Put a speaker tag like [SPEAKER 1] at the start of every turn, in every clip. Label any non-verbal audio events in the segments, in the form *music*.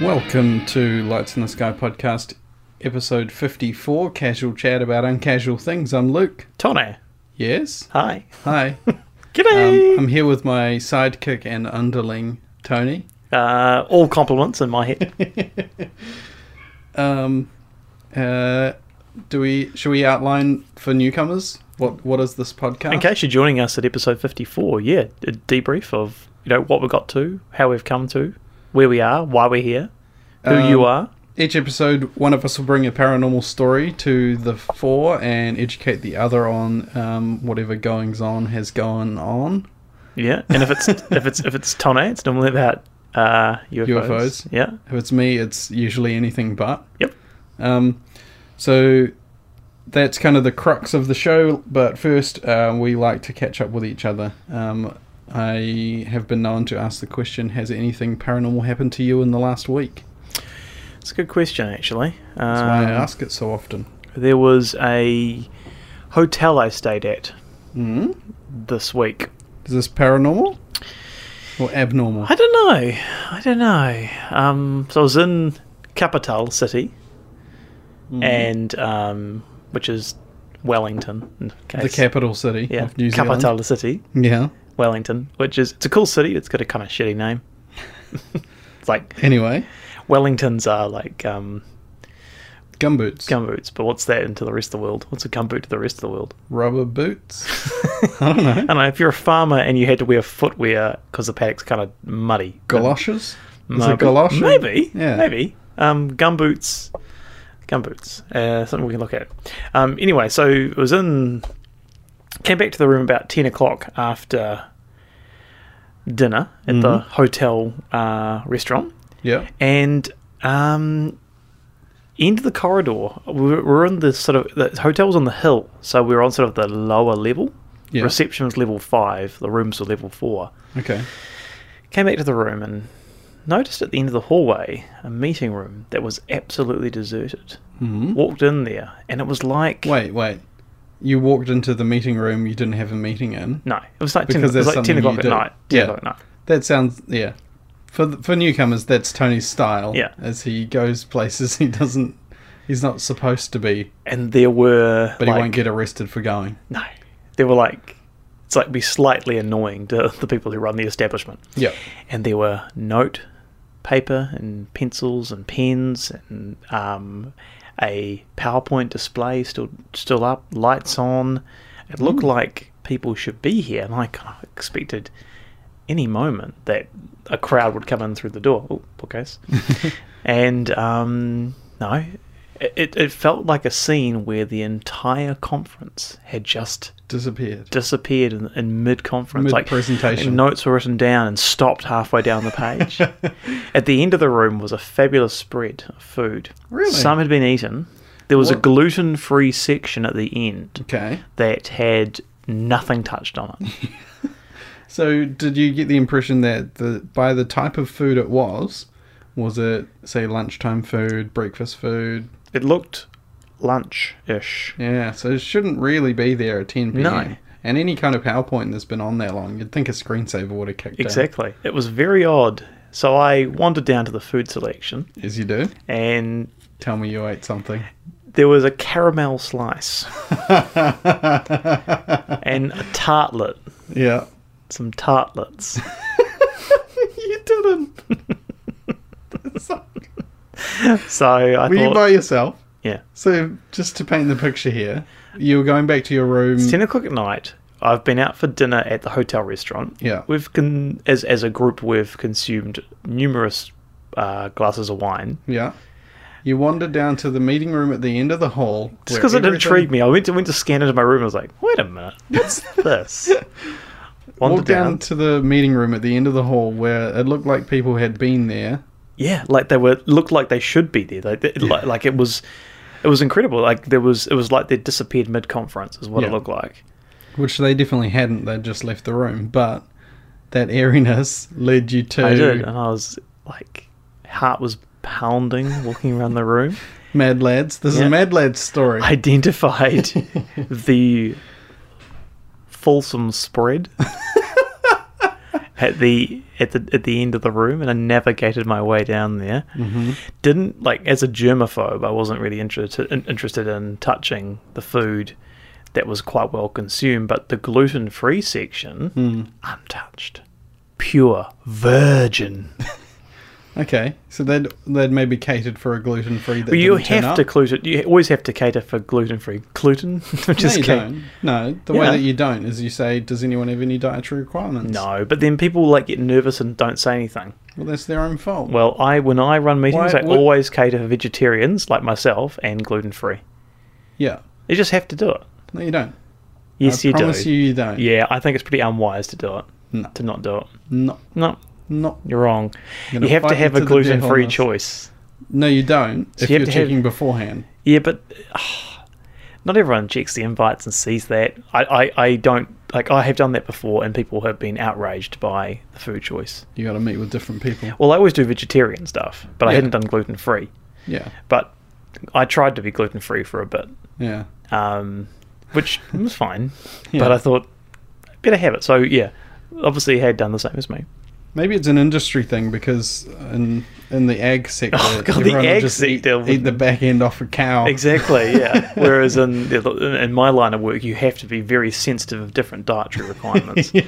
[SPEAKER 1] Welcome to Lights in the Sky podcast, episode 54 Casual Chat about Uncasual Things. I'm Luke.
[SPEAKER 2] Tone,
[SPEAKER 1] Yes?
[SPEAKER 2] hi.
[SPEAKER 1] Hi.
[SPEAKER 2] G'day.
[SPEAKER 1] Um, I'm here with my sidekick and underling, Tony.
[SPEAKER 2] uh, all compliments in
[SPEAKER 1] *laughs*
[SPEAKER 2] my head.
[SPEAKER 1] Um, uh, do we should we outline for newcomers what what is this podcast?
[SPEAKER 2] In case you're joining us at episode 54, yeah, a debrief of you know what we got to, how we've come to, where we are, why we're here, who
[SPEAKER 1] Um,
[SPEAKER 2] you are.
[SPEAKER 1] Each episode, one of us will bring a paranormal story to the fore and educate the other on um, whatever goings on has gone on.
[SPEAKER 2] Yeah, and
[SPEAKER 1] *laughs*
[SPEAKER 2] if it's if it's if it's Tone, it's normally about uh, UFOs.
[SPEAKER 1] UFOs.
[SPEAKER 2] Yeah.
[SPEAKER 1] If it's me, it's usually anything but.
[SPEAKER 2] Yep.
[SPEAKER 1] Um, so that's kind of the crux of the show. But first, uh, we like to catch up with each other. Um, I have been known to ask the question: Has anything paranormal happened to you in the last week?
[SPEAKER 2] It's a good question actually.
[SPEAKER 1] That's why uh, I
[SPEAKER 2] Um,
[SPEAKER 1] ask it so often.
[SPEAKER 2] There was a hotel I stayed at
[SPEAKER 1] Mm?
[SPEAKER 2] this week
[SPEAKER 1] Is this paranormal or abnormal?
[SPEAKER 2] I don't know. I don't know. Um, so I was in capital city,
[SPEAKER 1] Mm-hmm.
[SPEAKER 2] and um, which is Wellington. In case.
[SPEAKER 1] The capital city
[SPEAKER 2] Yeah,
[SPEAKER 1] of New
[SPEAKER 2] capital
[SPEAKER 1] Zealand.
[SPEAKER 2] city,
[SPEAKER 1] Yeah.
[SPEAKER 2] Wellington, which is it's a cool city. It's got a kind of shitty name. *laughs* it's like
[SPEAKER 1] Anyway,
[SPEAKER 2] Wellingtons are like um,
[SPEAKER 1] gumboots,
[SPEAKER 2] gumboots, but what's that into the rest of the world? What's a gumboot to the rest of the
[SPEAKER 1] *laughs*
[SPEAKER 2] world?
[SPEAKER 1] rubber boots. *laughs* I don't know.
[SPEAKER 2] I don't know. If you're a farmer and you had to wear footwear because the paddock's kind of muddy, then-
[SPEAKER 1] Galoshes? Is
[SPEAKER 2] Maybe.
[SPEAKER 1] it galoshes?
[SPEAKER 2] Maybe.
[SPEAKER 1] Yeah.
[SPEAKER 2] Maybe. Um, gumboots. Gumboots. Uh, something we can look at. Um, anyway, so it was in. Came back to the room about 10 o'clock after dinner at the
[SPEAKER 1] Mm-hmm.
[SPEAKER 2] hotel uh, restaurant.
[SPEAKER 1] Yeah.
[SPEAKER 2] And. Um, End of the corridor. We're, we're in the sort of the hotel's on the hill, so we're on sort of the lower level.
[SPEAKER 1] Yeah.
[SPEAKER 2] Reception was level five. The rooms were level four.
[SPEAKER 1] Okay.
[SPEAKER 2] Came back to the room and noticed at the end of the hallway a meeting room that was absolutely deserted.
[SPEAKER 1] Mhm.
[SPEAKER 2] Walked in there and it was like
[SPEAKER 1] Wait, wait. You walked into the meeting room you didn't have a meeting in.
[SPEAKER 2] no, it was like ten,
[SPEAKER 1] Because
[SPEAKER 2] it
[SPEAKER 1] there's
[SPEAKER 2] was like
[SPEAKER 1] something
[SPEAKER 2] ten
[SPEAKER 1] you
[SPEAKER 2] o'clock at
[SPEAKER 1] do.
[SPEAKER 2] night. Ten
[SPEAKER 1] Yeah.
[SPEAKER 2] o'clock at night.
[SPEAKER 1] That sounds yeah. For th for newcomers, that's Tony's style.
[SPEAKER 2] Yeah.
[SPEAKER 1] As he goes places *laughs* he doesn't, he's not supposed to be,
[SPEAKER 2] And there were
[SPEAKER 1] but
[SPEAKER 2] like,
[SPEAKER 1] he won't get arrested for going.
[SPEAKER 2] no. There were like it's like be slightly annoying to *laughs* the people who run the establishment.
[SPEAKER 1] Yeah.
[SPEAKER 2] *laughs* and there were note paper and pencils and pens and um, a PowerPoint display still still up, lights on. It looked like people should be here, and I kind of expected any moment that a crowd would come in through the door. Oh, bookcase. and um, no, it, it- it felt like a scene where the entire conference had just
[SPEAKER 1] Disappeared.
[SPEAKER 2] disappeared in, in mid conference. Like
[SPEAKER 1] Mid-presentation.
[SPEAKER 2] notes were written down and stopped halfway down
[SPEAKER 1] *laughs*
[SPEAKER 2] the page. At the end of the room was a fabulous spread of food.
[SPEAKER 1] Really?
[SPEAKER 2] some had been eaten. There was a
[SPEAKER 1] What?
[SPEAKER 2] gluten-free section at the end
[SPEAKER 1] okay.
[SPEAKER 2] that had nothing touched on
[SPEAKER 1] *laughs*
[SPEAKER 2] it.
[SPEAKER 1] So did you get the impression that the by the type of food it was, was it say lunchtime food, breakfast food?
[SPEAKER 2] it looked lunch-ish.
[SPEAKER 1] Yeah. So it shouldn't really be there at ten p.m.
[SPEAKER 2] No.
[SPEAKER 1] And any kind of PowerPoint that's been on that long, you'd think a screensaver would have kicked in,
[SPEAKER 2] Exactly. It was very odd. So I wandered down to the food selection
[SPEAKER 1] As you do.
[SPEAKER 2] and
[SPEAKER 1] Tell me you ate something.
[SPEAKER 2] *laughs*
[SPEAKER 1] *laughs*
[SPEAKER 2] there was a caramel slice and a tartlet,
[SPEAKER 1] Yeah.
[SPEAKER 2] some tartlets.
[SPEAKER 1] *laughs* you didn't.
[SPEAKER 2] *laughs* So I
[SPEAKER 1] Were you
[SPEAKER 2] thought,
[SPEAKER 1] by yourself?
[SPEAKER 2] yeah,
[SPEAKER 1] So, just to paint the picture here, you were going back to your room.
[SPEAKER 2] it's ten o'clock at night. I've been out for dinner at the hotel restaurant.
[SPEAKER 1] Yeah.
[SPEAKER 2] we've con- as as a group we've consumed numerous uh, glasses of wine.
[SPEAKER 1] Yeah. You wandered down to the meeting room at the end of the hall.
[SPEAKER 2] Just because it intrigued me, I went to went to scan into my room. I was like, wait a minute, what's this?
[SPEAKER 1] *laughs*
[SPEAKER 2] Wandered
[SPEAKER 1] Walked down,
[SPEAKER 2] down.
[SPEAKER 1] to the meeting room at the end of the hall where it looked like people had been there.
[SPEAKER 2] yeah, like they were looked like they should be there. Like, they- like, like it was, it was incredible. Like there was, it was like they disappeared mid conference. Is what it
[SPEAKER 1] Yeah.
[SPEAKER 2] looked like.
[SPEAKER 1] Which they definitely hadn't, they'd just left the room. But that airiness led you to
[SPEAKER 2] I did, and I was like, heart was pounding walking around the room.
[SPEAKER 1] Mad Lads. This is
[SPEAKER 2] Yeah.
[SPEAKER 1] a Mad Lads story.
[SPEAKER 2] *laughs* identified the Folsom spread at the at the at the end of the room, and I navigated my way down there.
[SPEAKER 1] hmm
[SPEAKER 2] Didn't like as a germaphobe, I wasn't really interested in, interested in touching the food that was quite well consumed, but the gluten free section
[SPEAKER 1] Hmm.
[SPEAKER 2] untouched, pure virgin.
[SPEAKER 1] Okay, so they'd they'd maybe catered for a gluten free.
[SPEAKER 2] But you have to gluten. You always have to cater for gluten free gluten, *laughs* which
[SPEAKER 1] No,
[SPEAKER 2] is
[SPEAKER 1] you
[SPEAKER 2] ca-
[SPEAKER 1] don't. No, the way
[SPEAKER 2] Yeah.
[SPEAKER 1] that you don't is you say, "Does anyone have any dietary requirements?"
[SPEAKER 2] No, but then people like get nervous and don't say anything.
[SPEAKER 1] Well, that's their own fault.
[SPEAKER 2] Well, I when I run meetings,
[SPEAKER 1] Why-
[SPEAKER 2] I
[SPEAKER 1] what-
[SPEAKER 2] always cater for vegetarians like myself and gluten free.
[SPEAKER 1] yeah.
[SPEAKER 2] You just have to do it.
[SPEAKER 1] No, you don't.
[SPEAKER 2] Yes,
[SPEAKER 1] I
[SPEAKER 2] you do.
[SPEAKER 1] promise you, you don't.
[SPEAKER 2] Yeah, I think it's pretty unwise to do it.
[SPEAKER 1] No.
[SPEAKER 2] To not do it.
[SPEAKER 1] No,
[SPEAKER 2] No,
[SPEAKER 1] not.
[SPEAKER 2] you're wrong.
[SPEAKER 1] Gonna
[SPEAKER 2] you have to
[SPEAKER 1] fight
[SPEAKER 2] have
[SPEAKER 1] me
[SPEAKER 2] a
[SPEAKER 1] to the death on
[SPEAKER 2] gluten free
[SPEAKER 1] this.
[SPEAKER 2] choice.
[SPEAKER 1] No, you don't.
[SPEAKER 2] So
[SPEAKER 1] if
[SPEAKER 2] you
[SPEAKER 1] you
[SPEAKER 2] have
[SPEAKER 1] are
[SPEAKER 2] to have-
[SPEAKER 1] checking beforehand.
[SPEAKER 2] Yeah, but *sighs* ah, not everyone checks the invites and sees that. I, I, I don't like. I have done that before, and people have been outraged by the food choice.
[SPEAKER 1] You got to meet with different people.
[SPEAKER 2] Well, I always do vegetarian stuff, but I
[SPEAKER 1] Yeah.
[SPEAKER 2] hadn't done gluten free.
[SPEAKER 1] Yeah,
[SPEAKER 2] But I tried to be gluten free for a bit,
[SPEAKER 1] yeah.
[SPEAKER 2] um, which was
[SPEAKER 1] *laughs*
[SPEAKER 2] fine.
[SPEAKER 1] Yeah.
[SPEAKER 2] But I thought better have it. So yeah, obviously he had done the same as me.
[SPEAKER 1] Maybe it's an industry thing because in in the ag sector,
[SPEAKER 2] Oh, God, the
[SPEAKER 1] everyone will
[SPEAKER 2] ag
[SPEAKER 1] just eat,
[SPEAKER 2] sector would-
[SPEAKER 1] eat the back end off a cow.
[SPEAKER 2] Exactly.
[SPEAKER 1] *laughs*
[SPEAKER 2] Yeah. *laughs* Whereas in the, in my line of work, you have to be very sensitive of different dietary requirements.
[SPEAKER 1] *laughs* Yeah.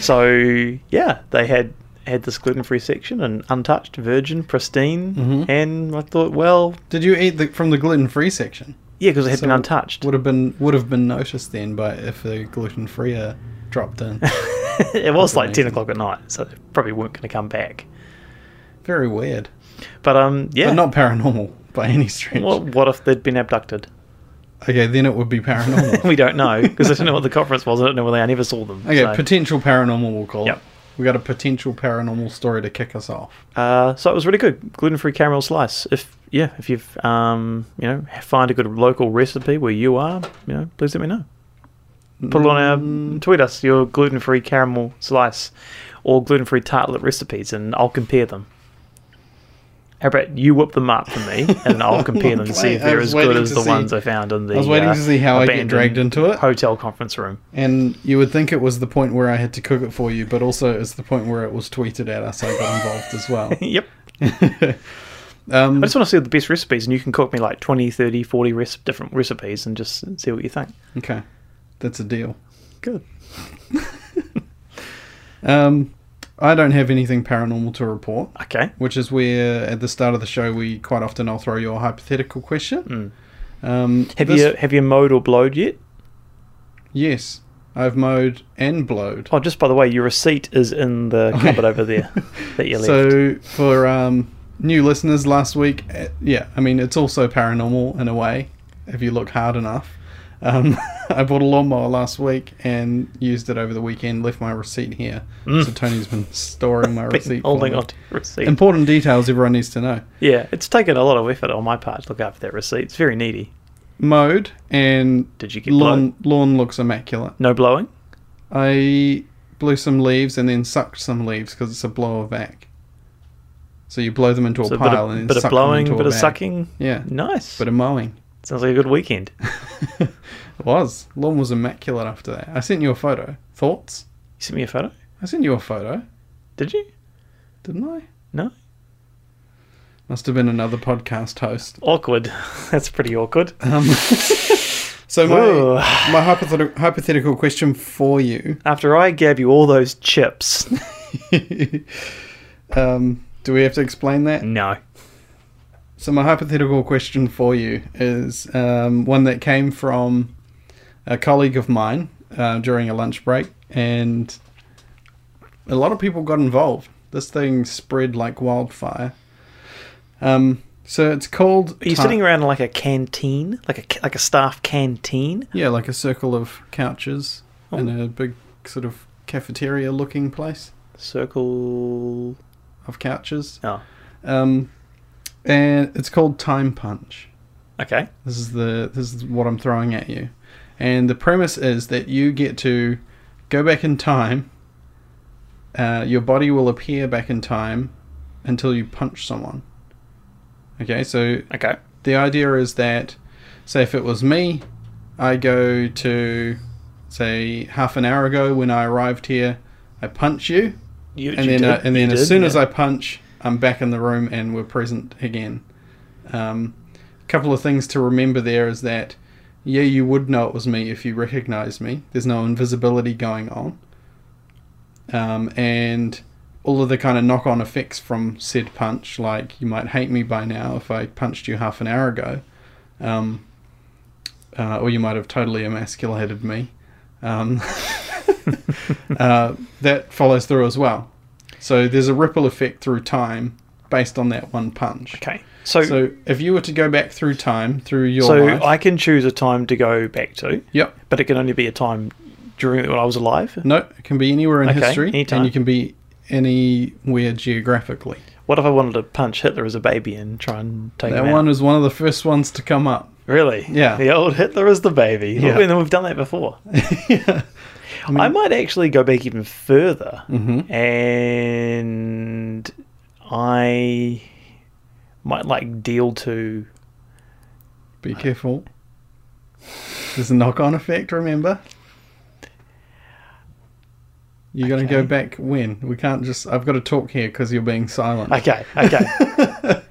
[SPEAKER 2] So yeah, they had had this gluten free section and untouched, virgin, pristine,
[SPEAKER 1] Mhm.
[SPEAKER 2] and I thought, well,
[SPEAKER 1] Did you eat the, from the gluten free section?
[SPEAKER 2] yeah, because it had been
[SPEAKER 1] So
[SPEAKER 2] untouched.
[SPEAKER 1] Would have been would have been noticed then by if the gluten free uh, dropped
[SPEAKER 2] *laughs*
[SPEAKER 1] in.
[SPEAKER 2] it was like ten
[SPEAKER 1] Amazing.
[SPEAKER 2] o'clock at night, so they probably weren't going to come back.
[SPEAKER 1] Very weird.
[SPEAKER 2] But um, yeah,
[SPEAKER 1] But not paranormal by any stretch.
[SPEAKER 2] Well, what if they'd been abducted? *laughs*
[SPEAKER 1] Okay, then it would be paranormal.
[SPEAKER 2] we don't know because I don't know what the conference was. I don't know where they. I never saw them.
[SPEAKER 1] Okay,
[SPEAKER 2] so.
[SPEAKER 1] potential paranormal we'll call
[SPEAKER 2] Yep.
[SPEAKER 1] it. We got a potential paranormal story to kick us off.
[SPEAKER 2] Uh, so it was really good gluten-free caramel slice. If yeah, if you've um, you know find a good local recipe where you are, you know, please let me know. Put it on
[SPEAKER 1] Mm.
[SPEAKER 2] our tweet us your gluten-free caramel slice or gluten-free tartlet recipes, and I'll compare them. How about you whip them up for me,
[SPEAKER 1] *laughs*
[SPEAKER 2] and I'll compare them and see if
[SPEAKER 1] I
[SPEAKER 2] they're
[SPEAKER 1] was
[SPEAKER 2] as good
[SPEAKER 1] waiting
[SPEAKER 2] as
[SPEAKER 1] to
[SPEAKER 2] the
[SPEAKER 1] see-
[SPEAKER 2] ones I found in the.
[SPEAKER 1] I was waiting
[SPEAKER 2] uh,
[SPEAKER 1] to see how I get
[SPEAKER 2] abandoned
[SPEAKER 1] dragged into it.
[SPEAKER 2] hotel conference room. *laughs*
[SPEAKER 1] And you would think it was the point where I had to cook it for you, but also it's the point where it was tweeted at us. I got involved as
[SPEAKER 2] *laughs*
[SPEAKER 1] well.
[SPEAKER 2] yep.
[SPEAKER 1] Um,
[SPEAKER 2] I just want to see the best recipes, and you can cook me like 20, 30, 40 rec- different recipes and just see what you think.
[SPEAKER 1] okay, that's a deal.
[SPEAKER 2] Good.
[SPEAKER 1] *laughs* Um, I don't have anything paranormal to report,
[SPEAKER 2] Okay.
[SPEAKER 1] which is where at the start of the show we quite often I'll throw you a hypothetical question. Um,
[SPEAKER 2] Hmm. Have
[SPEAKER 1] this-
[SPEAKER 2] you have you mowed or blowed yet?
[SPEAKER 1] Yes, I've mowed and blowed.
[SPEAKER 2] Oh, just by the way, your receipt is in the
[SPEAKER 1] Okay.
[SPEAKER 2] cupboard
[SPEAKER 1] *laughs*
[SPEAKER 2] over there that you left.
[SPEAKER 1] So for um, new listeners last week, uh, yeah, I mean it's also paranormal in a way if you look hard enough. Um, *laughs* I bought a lawnmower last week and used it over the weekend. Left my receipt here, so Tony's been storing my
[SPEAKER 2] Mm. *laughs* Been
[SPEAKER 1] receipt. for
[SPEAKER 2] holding
[SPEAKER 1] me.
[SPEAKER 2] on to your receipt.
[SPEAKER 1] Important details everyone needs to know.
[SPEAKER 2] yeah, it's taken a lot of effort on my part to look after that receipt. It's very needy.
[SPEAKER 1] Mowed and
[SPEAKER 2] Did you get
[SPEAKER 1] lawn
[SPEAKER 2] blown?
[SPEAKER 1] lawn looks immaculate.
[SPEAKER 2] No blowing.
[SPEAKER 1] I blew some leaves and then sucked some leaves because it's a blower vac. So you blow them into a
[SPEAKER 2] So a bit
[SPEAKER 1] pile
[SPEAKER 2] of,
[SPEAKER 1] and then
[SPEAKER 2] bit
[SPEAKER 1] suck
[SPEAKER 2] of
[SPEAKER 1] them
[SPEAKER 2] blowing,
[SPEAKER 1] into a
[SPEAKER 2] bit of
[SPEAKER 1] bag.
[SPEAKER 2] sucking.
[SPEAKER 1] Yeah,
[SPEAKER 2] Nice.
[SPEAKER 1] bit of mowing.
[SPEAKER 2] Sounds like a good weekend. You
[SPEAKER 1] *laughs* it was. Lawn was immaculate after that. I sent you a photo. Thoughts?
[SPEAKER 2] sent me a photo.
[SPEAKER 1] I sent you a photo,
[SPEAKER 2] Did you?
[SPEAKER 1] didn't I?
[SPEAKER 2] No.
[SPEAKER 1] Must have been another podcast host. *laughs*
[SPEAKER 2] Awkward. *laughs* That's pretty awkward.
[SPEAKER 1] Um, so
[SPEAKER 2] Ooh.
[SPEAKER 1] my, my hypothet- hypothetical question for you. *laughs*
[SPEAKER 2] After I gave you all those chips.
[SPEAKER 1] um, do we have to explain that?
[SPEAKER 2] no.
[SPEAKER 1] So my hypothetical question for you is um, one that came from a colleague of mine uh, during a lunch break, and a lot of people got involved. This thing spread like wildfire. Um, so it's called.
[SPEAKER 2] Are you
[SPEAKER 1] ti-
[SPEAKER 2] sitting around in like a canteen, like a ca- like a staff canteen?
[SPEAKER 1] Yeah, like a circle of couches
[SPEAKER 2] Oh.
[SPEAKER 1] in a big sort of cafeteria-looking place
[SPEAKER 2] Circle.
[SPEAKER 1] of couches,
[SPEAKER 2] Oh,
[SPEAKER 1] um, and it's called Time Punch.
[SPEAKER 2] okay.
[SPEAKER 1] This is the this is what I'm throwing at you. And the premise is that you get to go back in time. Uh, your body will appear back in time until you punch someone. Okay, so
[SPEAKER 2] Okay.
[SPEAKER 1] the idea is that, say, if it was me, I go to, say, half an hour ago when I arrived here, I punch you,
[SPEAKER 2] You,
[SPEAKER 1] and
[SPEAKER 2] you
[SPEAKER 1] then
[SPEAKER 2] did,
[SPEAKER 1] uh, and
[SPEAKER 2] you
[SPEAKER 1] then as
[SPEAKER 2] did,
[SPEAKER 1] soon
[SPEAKER 2] yeah.
[SPEAKER 1] as I punch, I'm back in the room and we're present again. Um, a couple of things to remember there is that yeah, you would know it was me if you recognized me. There's no invisibility going on, um, and all of the kind of knock-on effects from said punch, like you might hate me by now if I punched you half an hour ago, um, uh, or you might have totally emasculated me. Um, *laughs* uh, that follows through as well. So there's a ripple effect through time based on that one punch.
[SPEAKER 2] Okay, so so,
[SPEAKER 1] So if you were to go back through time through your life,
[SPEAKER 2] I can choose a time to go back to,
[SPEAKER 1] yep,
[SPEAKER 2] but it can only be a time during when I was alive.
[SPEAKER 1] no, it can be anywhere in
[SPEAKER 2] Okay,
[SPEAKER 1] history,
[SPEAKER 2] anytime.
[SPEAKER 1] and you can be anywhere geographically.
[SPEAKER 2] What if I wanted to punch Hitler as a baby and try and take
[SPEAKER 1] That
[SPEAKER 2] him out?
[SPEAKER 1] one was one of the first ones to come up. *laughs*
[SPEAKER 2] Really?
[SPEAKER 1] Yeah.
[SPEAKER 2] The old Hitler is the baby.
[SPEAKER 1] Yeah.
[SPEAKER 2] And we've done that before.
[SPEAKER 1] yeah.
[SPEAKER 2] I, Mm-hmm. might actually go back even further.
[SPEAKER 1] Mhm.
[SPEAKER 2] And I might like deal to. *laughs*
[SPEAKER 1] Be careful. There's a knock-on effect. Remember. You're going to go
[SPEAKER 2] Okay.
[SPEAKER 1] back when? We can't just. I've got to talk here because you're being silent.
[SPEAKER 2] Okay, okay.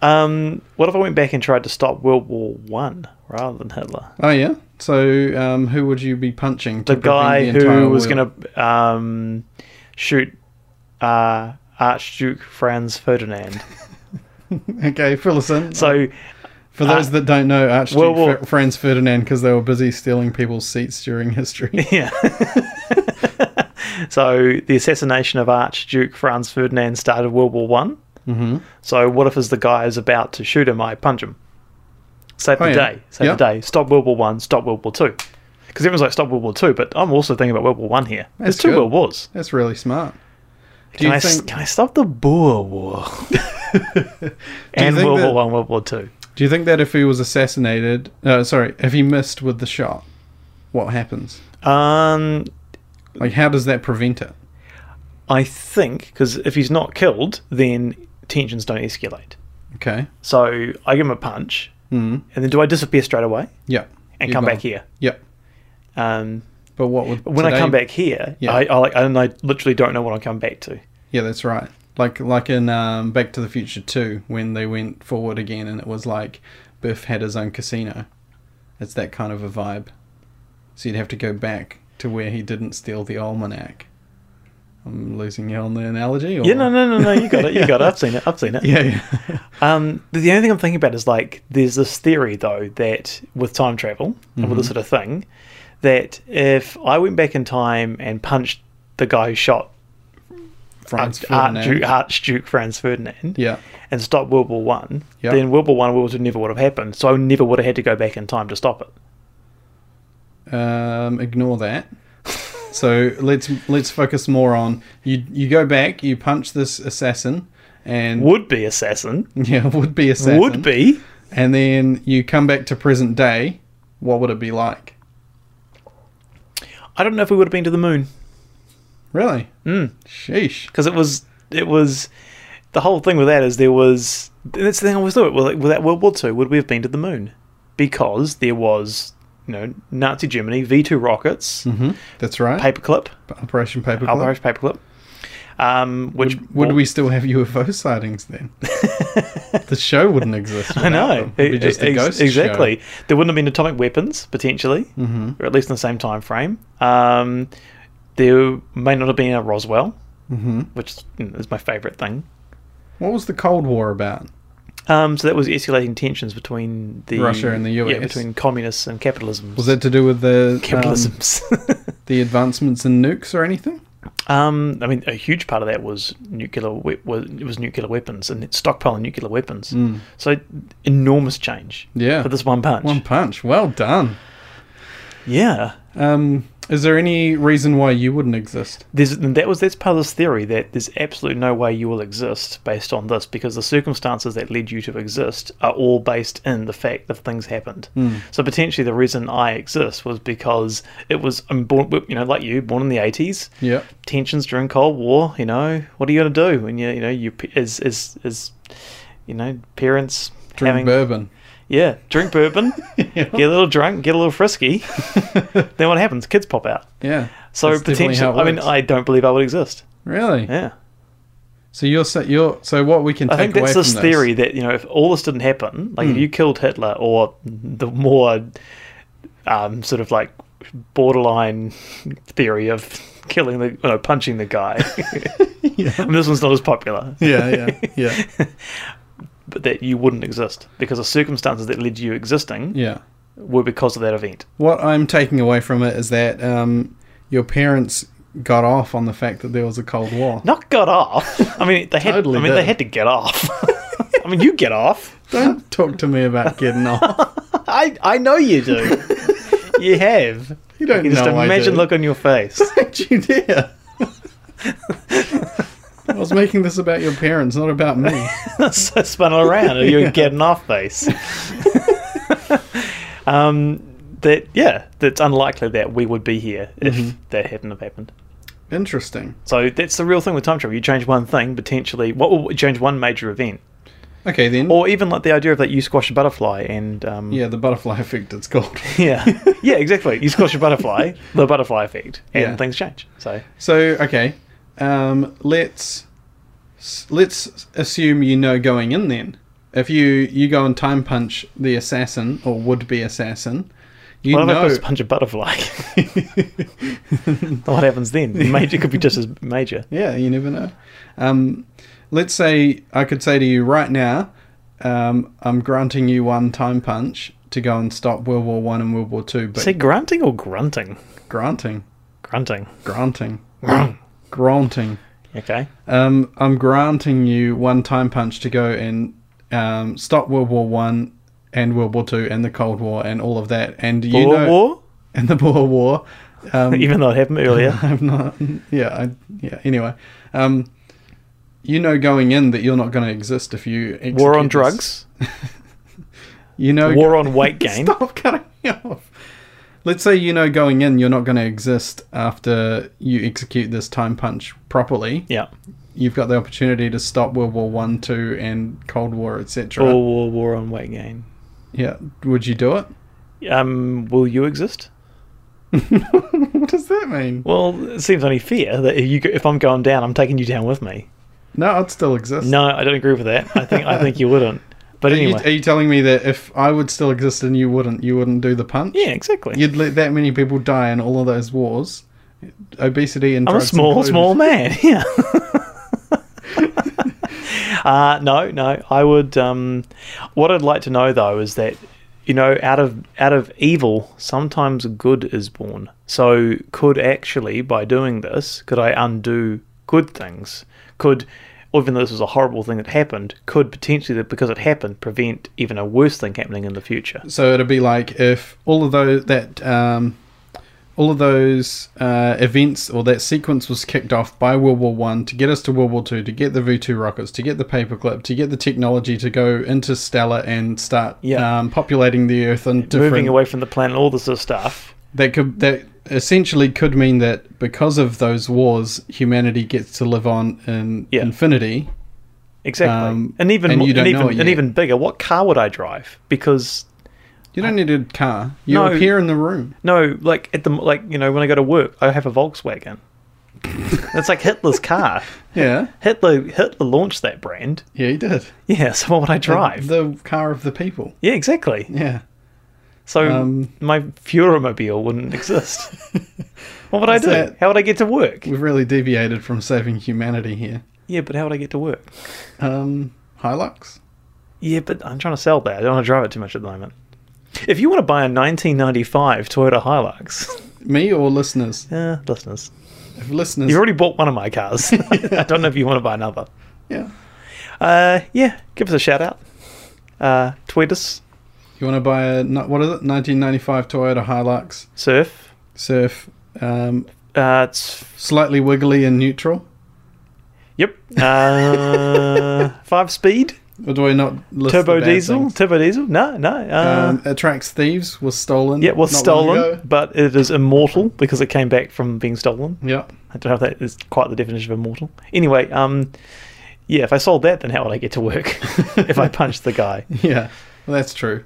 [SPEAKER 2] um, what if I went back and tried to stop World War One rather than Hitler?
[SPEAKER 1] Oh yeah. So um, who would you be punching?
[SPEAKER 2] The
[SPEAKER 1] to prevent
[SPEAKER 2] guy
[SPEAKER 1] the entire
[SPEAKER 2] who was
[SPEAKER 1] world?
[SPEAKER 2] going to um, shoot uh, Archduke Franz *laughs* Ferdinand.
[SPEAKER 1] *laughs* Okay, fill us in.
[SPEAKER 2] So uh,
[SPEAKER 1] For those that don't know, Archduke
[SPEAKER 2] World War-
[SPEAKER 1] Fer- Franz Ferdinand, because they were busy stealing people's seats during *laughs* history.
[SPEAKER 2] Yeah. *laughs* so the assassination of Archduke Franz Ferdinand started World War One.
[SPEAKER 1] mm-hmm.
[SPEAKER 2] So what if as the guy is about to shoot him, I punch him? Save
[SPEAKER 1] Oh,
[SPEAKER 2] the
[SPEAKER 1] yeah.
[SPEAKER 2] day. Save
[SPEAKER 1] Yeah.
[SPEAKER 2] the day. Stop World War One. Stop World War Two. Because everyone's like, stop World War Two, but I'm also thinking about World War One here. There's
[SPEAKER 1] That's
[SPEAKER 2] two
[SPEAKER 1] good.
[SPEAKER 2] World Wars.
[SPEAKER 1] That's really smart. Do
[SPEAKER 2] Can
[SPEAKER 1] you
[SPEAKER 2] I, s
[SPEAKER 1] think?
[SPEAKER 2] can I stop the
[SPEAKER 1] *laughs*
[SPEAKER 2] Boer War? and
[SPEAKER 1] think
[SPEAKER 2] World
[SPEAKER 1] that-
[SPEAKER 2] War One, World War Two.
[SPEAKER 1] *laughs* Do you think that if he was assassinated, uh, sorry, if he missed with the shot, what happens?
[SPEAKER 2] Um,
[SPEAKER 1] Like, how does that prevent it?
[SPEAKER 2] I think because if he's not killed, then tensions don't escalate.
[SPEAKER 1] Okay.
[SPEAKER 2] So I give him a punch,
[SPEAKER 1] Mm.
[SPEAKER 2] and then do I disappear straight away?
[SPEAKER 1] Yep.
[SPEAKER 2] and
[SPEAKER 1] You're
[SPEAKER 2] come
[SPEAKER 1] gone.
[SPEAKER 2] back here.
[SPEAKER 1] Yep.
[SPEAKER 2] Um,
[SPEAKER 1] But what would
[SPEAKER 2] but when I
[SPEAKER 1] today-
[SPEAKER 2] come back here,
[SPEAKER 1] Yeah.
[SPEAKER 2] I, I like, and I literally don't know what I come back to.
[SPEAKER 1] Yeah, that's right. Like like in um, Back to the Future Two, when they went forward again, and it was like Biff had his own casino. It's that kind of a vibe. So you'd have to go back to where he didn't steal the almanac. I'm losing you on the analogy. Or...
[SPEAKER 2] Yeah, no, no, no, no. You got
[SPEAKER 1] *laughs*
[SPEAKER 2] it. You got it. I've seen it. I've seen it.
[SPEAKER 1] Yeah, yeah. *laughs*
[SPEAKER 2] Um, the- the only thing I'm thinking about is like there's this theory though that with time travel and with this
[SPEAKER 1] Mm-hmm.
[SPEAKER 2] sort of thing, that if I went back in time and punched the guy who shot
[SPEAKER 1] Franz
[SPEAKER 2] Arch- Archduke,
[SPEAKER 1] Ferdinand.
[SPEAKER 2] Archduke Franz Ferdinand,
[SPEAKER 1] Yeah,
[SPEAKER 2] and stopped World War One,
[SPEAKER 1] Yeah.
[SPEAKER 2] then World War One, World War Two never would have happened. So I never would have had to go back in time to stop it.
[SPEAKER 1] um, ignore that. So let's let's focus more on you. You go back, you punch this assassin, and
[SPEAKER 2] Would be assassin.
[SPEAKER 1] *laughs* yeah, would be assassin
[SPEAKER 2] Would be.
[SPEAKER 1] and then you come back to present day, what would it be like?
[SPEAKER 2] I don't know if we would have been to the moon.
[SPEAKER 1] Really?
[SPEAKER 2] Mm.
[SPEAKER 1] Sheesh.
[SPEAKER 2] because it was it was the whole thing with that is there was and that's the thing I always thought. Well, like, without World War Two, would we have been to the moon? Because there was you know Nazi Germany V two rockets,
[SPEAKER 1] hmm That's right.
[SPEAKER 2] paperclip,
[SPEAKER 1] Operation Paperclip.
[SPEAKER 2] Alvarez paperclip, um, which
[SPEAKER 1] Would, would we still have UFO sightings
[SPEAKER 2] *laughs*
[SPEAKER 1] then? the show wouldn't exist.
[SPEAKER 2] I know E,
[SPEAKER 1] It'd be just a
[SPEAKER 2] Ex-
[SPEAKER 1] ghost
[SPEAKER 2] exactly. There wouldn't have been atomic weapons potentially,
[SPEAKER 1] Mm-hmm.
[SPEAKER 2] or at least in the same time frame. Um, there may not have been a Roswell,
[SPEAKER 1] Mm-hmm.
[SPEAKER 2] which you know, is my favourite thing.
[SPEAKER 1] What was the Cold War about?
[SPEAKER 2] Um, so that was escalating tensions between the
[SPEAKER 1] Russia and the
[SPEAKER 2] yeah,
[SPEAKER 1] US.
[SPEAKER 2] between communists and capitalism.
[SPEAKER 1] Was that to do with the um,
[SPEAKER 2] capitalisms? *laughs*
[SPEAKER 1] the advancements in nukes or anything?
[SPEAKER 2] um, I mean, a huge part of that was nuclear. We- was, it was nuclear weapons and it stockpiling nuclear weapons.
[SPEAKER 1] Mm.
[SPEAKER 2] So enormous change
[SPEAKER 1] Yeah.
[SPEAKER 2] for this one punch.
[SPEAKER 1] One punch. Well done.
[SPEAKER 2] yeah,
[SPEAKER 1] Um, is there any reason why you wouldn't exist?
[SPEAKER 2] there's and that was that's part of this theory that there's absolutely no way you will exist based on this because the circumstances that led you to exist are all based in the fact that things happened.
[SPEAKER 1] Hmm.
[SPEAKER 2] So potentially the reason I exist was because it was I'm born you know like you born in the 80s.
[SPEAKER 1] Yeah.
[SPEAKER 2] tensions during Cold War. You know, what are you going to do when you you know you p- as as as you know parents
[SPEAKER 1] Drink
[SPEAKER 2] having
[SPEAKER 1] bourbon.
[SPEAKER 2] *laughs*
[SPEAKER 1] *laughs*
[SPEAKER 2] yeah drink bourbon,
[SPEAKER 1] Yeah.
[SPEAKER 2] get a little drunk, get a little frisky. then what happens? Kids pop out.
[SPEAKER 1] Yeah.
[SPEAKER 2] So
[SPEAKER 1] That's definitely
[SPEAKER 2] potentially,
[SPEAKER 1] how it
[SPEAKER 2] I mean,
[SPEAKER 1] works.
[SPEAKER 2] I don't believe I would exist.
[SPEAKER 1] Really?
[SPEAKER 2] Yeah.
[SPEAKER 1] So you're so you're so what we can
[SPEAKER 2] I
[SPEAKER 1] take
[SPEAKER 2] think that's
[SPEAKER 1] away
[SPEAKER 2] this Hmm.
[SPEAKER 1] from
[SPEAKER 2] theory that you know if all this didn't happen, like if you killed Hitler or the more um, sort of like borderline theory of killing the no, punching the guy. *laughs* I mean, this one's not as popular,
[SPEAKER 1] *laughs* Yeah, yeah, yeah,
[SPEAKER 2] but that you wouldn't exist because the circumstances that led to you existing
[SPEAKER 1] yeah.
[SPEAKER 2] were because of that event.
[SPEAKER 1] What I'm taking away from it is that um, your parents got off on the fact that there was a Cold War.
[SPEAKER 2] Not got off. I mean, they had.
[SPEAKER 1] Totally
[SPEAKER 2] I mean, they
[SPEAKER 1] did.
[SPEAKER 2] had to get off. *laughs* I mean, you get off.
[SPEAKER 1] Don't talk to me about getting off.
[SPEAKER 2] *laughs* I I know you *laughs* do. you have.
[SPEAKER 1] You don't
[SPEAKER 2] I can just
[SPEAKER 1] know I
[SPEAKER 2] imagine
[SPEAKER 1] do.
[SPEAKER 2] look on your face.
[SPEAKER 1] Don't you dare. I was making this about your parents, not about me.
[SPEAKER 2] *laughs* so spun around and
[SPEAKER 1] *laughs*
[SPEAKER 2] you're
[SPEAKER 1] Yeah.
[SPEAKER 2] getting off base. um, that yeah, that's unlikely that we would be here if
[SPEAKER 1] Mm-hmm.
[SPEAKER 2] that hadn't have happened.
[SPEAKER 1] Interesting.
[SPEAKER 2] So that's the real thing with time travel. You change one thing potentially. What will change one major event,
[SPEAKER 1] Okay, then.
[SPEAKER 2] or even like the idea of that you squash a butterfly and um,
[SPEAKER 1] yeah, the butterfly *laughs* effect, it's called.
[SPEAKER 2] *laughs* yeah, yeah, exactly. You squash
[SPEAKER 1] *laughs*
[SPEAKER 2] a butterfly, the butterfly effect, and
[SPEAKER 1] Yeah.
[SPEAKER 2] things change. So
[SPEAKER 1] So, okay. Um, let's let's assume you know going in then. If you you go and time punch the assassin or would be assassin, you
[SPEAKER 2] what if I
[SPEAKER 1] know
[SPEAKER 2] punch a bunch of butterfly? *laughs*
[SPEAKER 1] *laughs*
[SPEAKER 2] what happens then? Major could be just as major.
[SPEAKER 1] Yeah, you never know. Um, let's say I could say to you right now, um, I'm granting you one time punch to go and stop World War One and World War Two, but
[SPEAKER 2] Say grunting or grunting?
[SPEAKER 1] granting,
[SPEAKER 2] Grunting.
[SPEAKER 1] granting, granting.
[SPEAKER 2] Okay.
[SPEAKER 1] Um, I'm granting you one time punch to go and um, stop World War One and World War Two and the Cold War and all of that, and you
[SPEAKER 2] Boer
[SPEAKER 1] know,
[SPEAKER 2] War?
[SPEAKER 1] *laughs* and the Boer War. Um,
[SPEAKER 2] *laughs* Even though it happened earlier.
[SPEAKER 1] *laughs* I'm not. Yeah, I, yeah. Anyway, um, you know, going in that you're not going to exist if you execute
[SPEAKER 2] War on
[SPEAKER 1] this. *laughs*
[SPEAKER 2] drugs.
[SPEAKER 1] You know,
[SPEAKER 2] War
[SPEAKER 1] *laughs*
[SPEAKER 2] on weight gain.
[SPEAKER 1] Stop cutting me off. Let's say you know going in you're not going to exist after you execute this time punch properly.
[SPEAKER 2] Yeah.
[SPEAKER 1] You've got the opportunity to stop World War One, Two, and Cold War, etc.
[SPEAKER 2] Or war, war on weight gain.
[SPEAKER 1] Yeah, would you do it? *laughs*
[SPEAKER 2] Um, will you exist?
[SPEAKER 1] what does that mean?
[SPEAKER 2] Well, it seems only fair that if, you, if I'm going down, I'm taking you down with me.
[SPEAKER 1] No, I'd still exist.
[SPEAKER 2] No, I don't agree with that. I think I think you wouldn't. But
[SPEAKER 1] Are *laughs* you, are
[SPEAKER 2] anyway,
[SPEAKER 1] you telling me that if I would still exist and you wouldn't, you wouldn't do the punch?
[SPEAKER 2] yeah, exactly.
[SPEAKER 1] You'd let that many people die in all of those wars. Obesity and
[SPEAKER 2] I'm a
[SPEAKER 1] drugs
[SPEAKER 2] small,
[SPEAKER 1] included.
[SPEAKER 2] small man.
[SPEAKER 1] *laughs*
[SPEAKER 2] *laughs* Yeah. uh, no, no. I would. Um, what I'd like to know though is that you know, out of out of evil, sometimes good is born. So could actually by doing this, could I undo good things? Could even though this was a horrible thing that happened, could potentially, that because it happened, prevent even a worse thing happening in the future.
[SPEAKER 1] So it'd be like if all of those that um, all of those uh, events or that sequence was kicked off by World War One to get us to World War Two, to get the V two rockets, to get the paperclip, to get the technology to go interstellar and start
[SPEAKER 2] Yeah.
[SPEAKER 1] um, populating the Earth and different
[SPEAKER 2] Moving away from the planet, all this sort of stuff.
[SPEAKER 1] that could that essentially could mean that because of those wars, humanity gets to live on in
[SPEAKER 2] Yeah.
[SPEAKER 1] infinity.
[SPEAKER 2] Exactly.
[SPEAKER 1] Um,
[SPEAKER 2] and even
[SPEAKER 1] and
[SPEAKER 2] mo-
[SPEAKER 1] you don't
[SPEAKER 2] and even,
[SPEAKER 1] know it
[SPEAKER 2] and
[SPEAKER 1] yet.
[SPEAKER 2] even bigger, what car would I drive? Because
[SPEAKER 1] You don't need a car. You
[SPEAKER 2] No.
[SPEAKER 1] appear in the
[SPEAKER 2] *laughs*
[SPEAKER 1] room.
[SPEAKER 2] no, like at the like you know when I go to work, I have a Volkswagen. That's like Hitler's car.
[SPEAKER 1] Yeah.
[SPEAKER 2] Hitler Hitler launched that brand.
[SPEAKER 1] Yeah, he did.
[SPEAKER 2] Yeah, so what would I drive?
[SPEAKER 1] The, the car of the people.
[SPEAKER 2] yeah, exactly.
[SPEAKER 1] Yeah.
[SPEAKER 2] So
[SPEAKER 1] Um,
[SPEAKER 2] my Fuhrermobile wouldn't exist. what would I
[SPEAKER 1] Is
[SPEAKER 2] do?
[SPEAKER 1] that-
[SPEAKER 2] How would I get to work?
[SPEAKER 1] We've really deviated from saving humanity here.
[SPEAKER 2] Yeah, but how would I get to work?
[SPEAKER 1] Um, Hilux?
[SPEAKER 2] Yeah, but I'm trying to sell that. I don't want to drive it too much at the moment. If you want to buy a 1995 Toyota Hilux, *laughs*
[SPEAKER 1] Me or listeners?
[SPEAKER 2] uh, listeners,
[SPEAKER 1] If listeners.
[SPEAKER 2] You've already bought one of my cars. *laughs* I don't know if you want to buy another.
[SPEAKER 1] yeah.
[SPEAKER 2] Uh, yeah, give us a shout out. Uh, tweet us,
[SPEAKER 1] You want to buy a, ni- what is it, 1995 Toyota Hilux,
[SPEAKER 2] surf.
[SPEAKER 1] surf, um,
[SPEAKER 2] Uh, it's,
[SPEAKER 1] slightly wiggly and neutral?
[SPEAKER 2] yep.
[SPEAKER 1] *laughs*
[SPEAKER 2] Uh, five speed,
[SPEAKER 1] Or do I not list the
[SPEAKER 2] turbo
[SPEAKER 1] bad
[SPEAKER 2] diesel,
[SPEAKER 1] things?
[SPEAKER 2] turbo diesel. No, no. Uh,
[SPEAKER 1] um, attracts thieves, was stolen.
[SPEAKER 2] yeah, it was
[SPEAKER 1] not long
[SPEAKER 2] stolen,
[SPEAKER 1] ago.
[SPEAKER 2] but it is immortal because it came back from being stolen.
[SPEAKER 1] Yeah.
[SPEAKER 2] I don't know if that is quite the definition of immortal. Anyway, um, yeah, if I sold that, then how would I get to work *laughs* if I punched the guy?
[SPEAKER 1] *laughs* Yeah, well, that's true.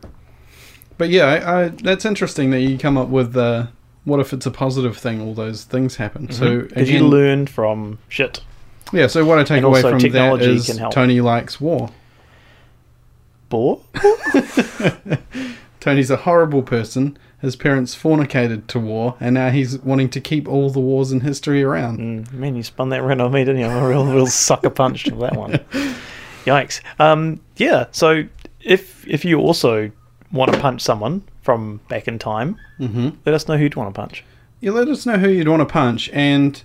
[SPEAKER 1] But yeah, I, I, that's interesting that you come up with uh, what if it's a positive thing? All those things happen. So
[SPEAKER 2] Mhm. 'Cause you
[SPEAKER 1] again-
[SPEAKER 2] learn from shit.
[SPEAKER 1] yeah. So what I take
[SPEAKER 2] And
[SPEAKER 1] away
[SPEAKER 2] also
[SPEAKER 1] from that
[SPEAKER 2] technology
[SPEAKER 1] is
[SPEAKER 2] can help.
[SPEAKER 1] Tony likes
[SPEAKER 2] *laughs*
[SPEAKER 1] war.
[SPEAKER 2] Bore?
[SPEAKER 1] Tony's a horrible person. His parents fornicated to war, and now he's wanting to keep all the wars in history around.
[SPEAKER 2] Mm, man, you spun that around on me, didn't you? I'm a real, real sucker punch with that one. Yikes. Um, yeah. So if if you also want to punch someone from back in time,
[SPEAKER 1] Mm-hmm.
[SPEAKER 2] let us know who'd want to punch.
[SPEAKER 1] You let us know who you'd want to punch, and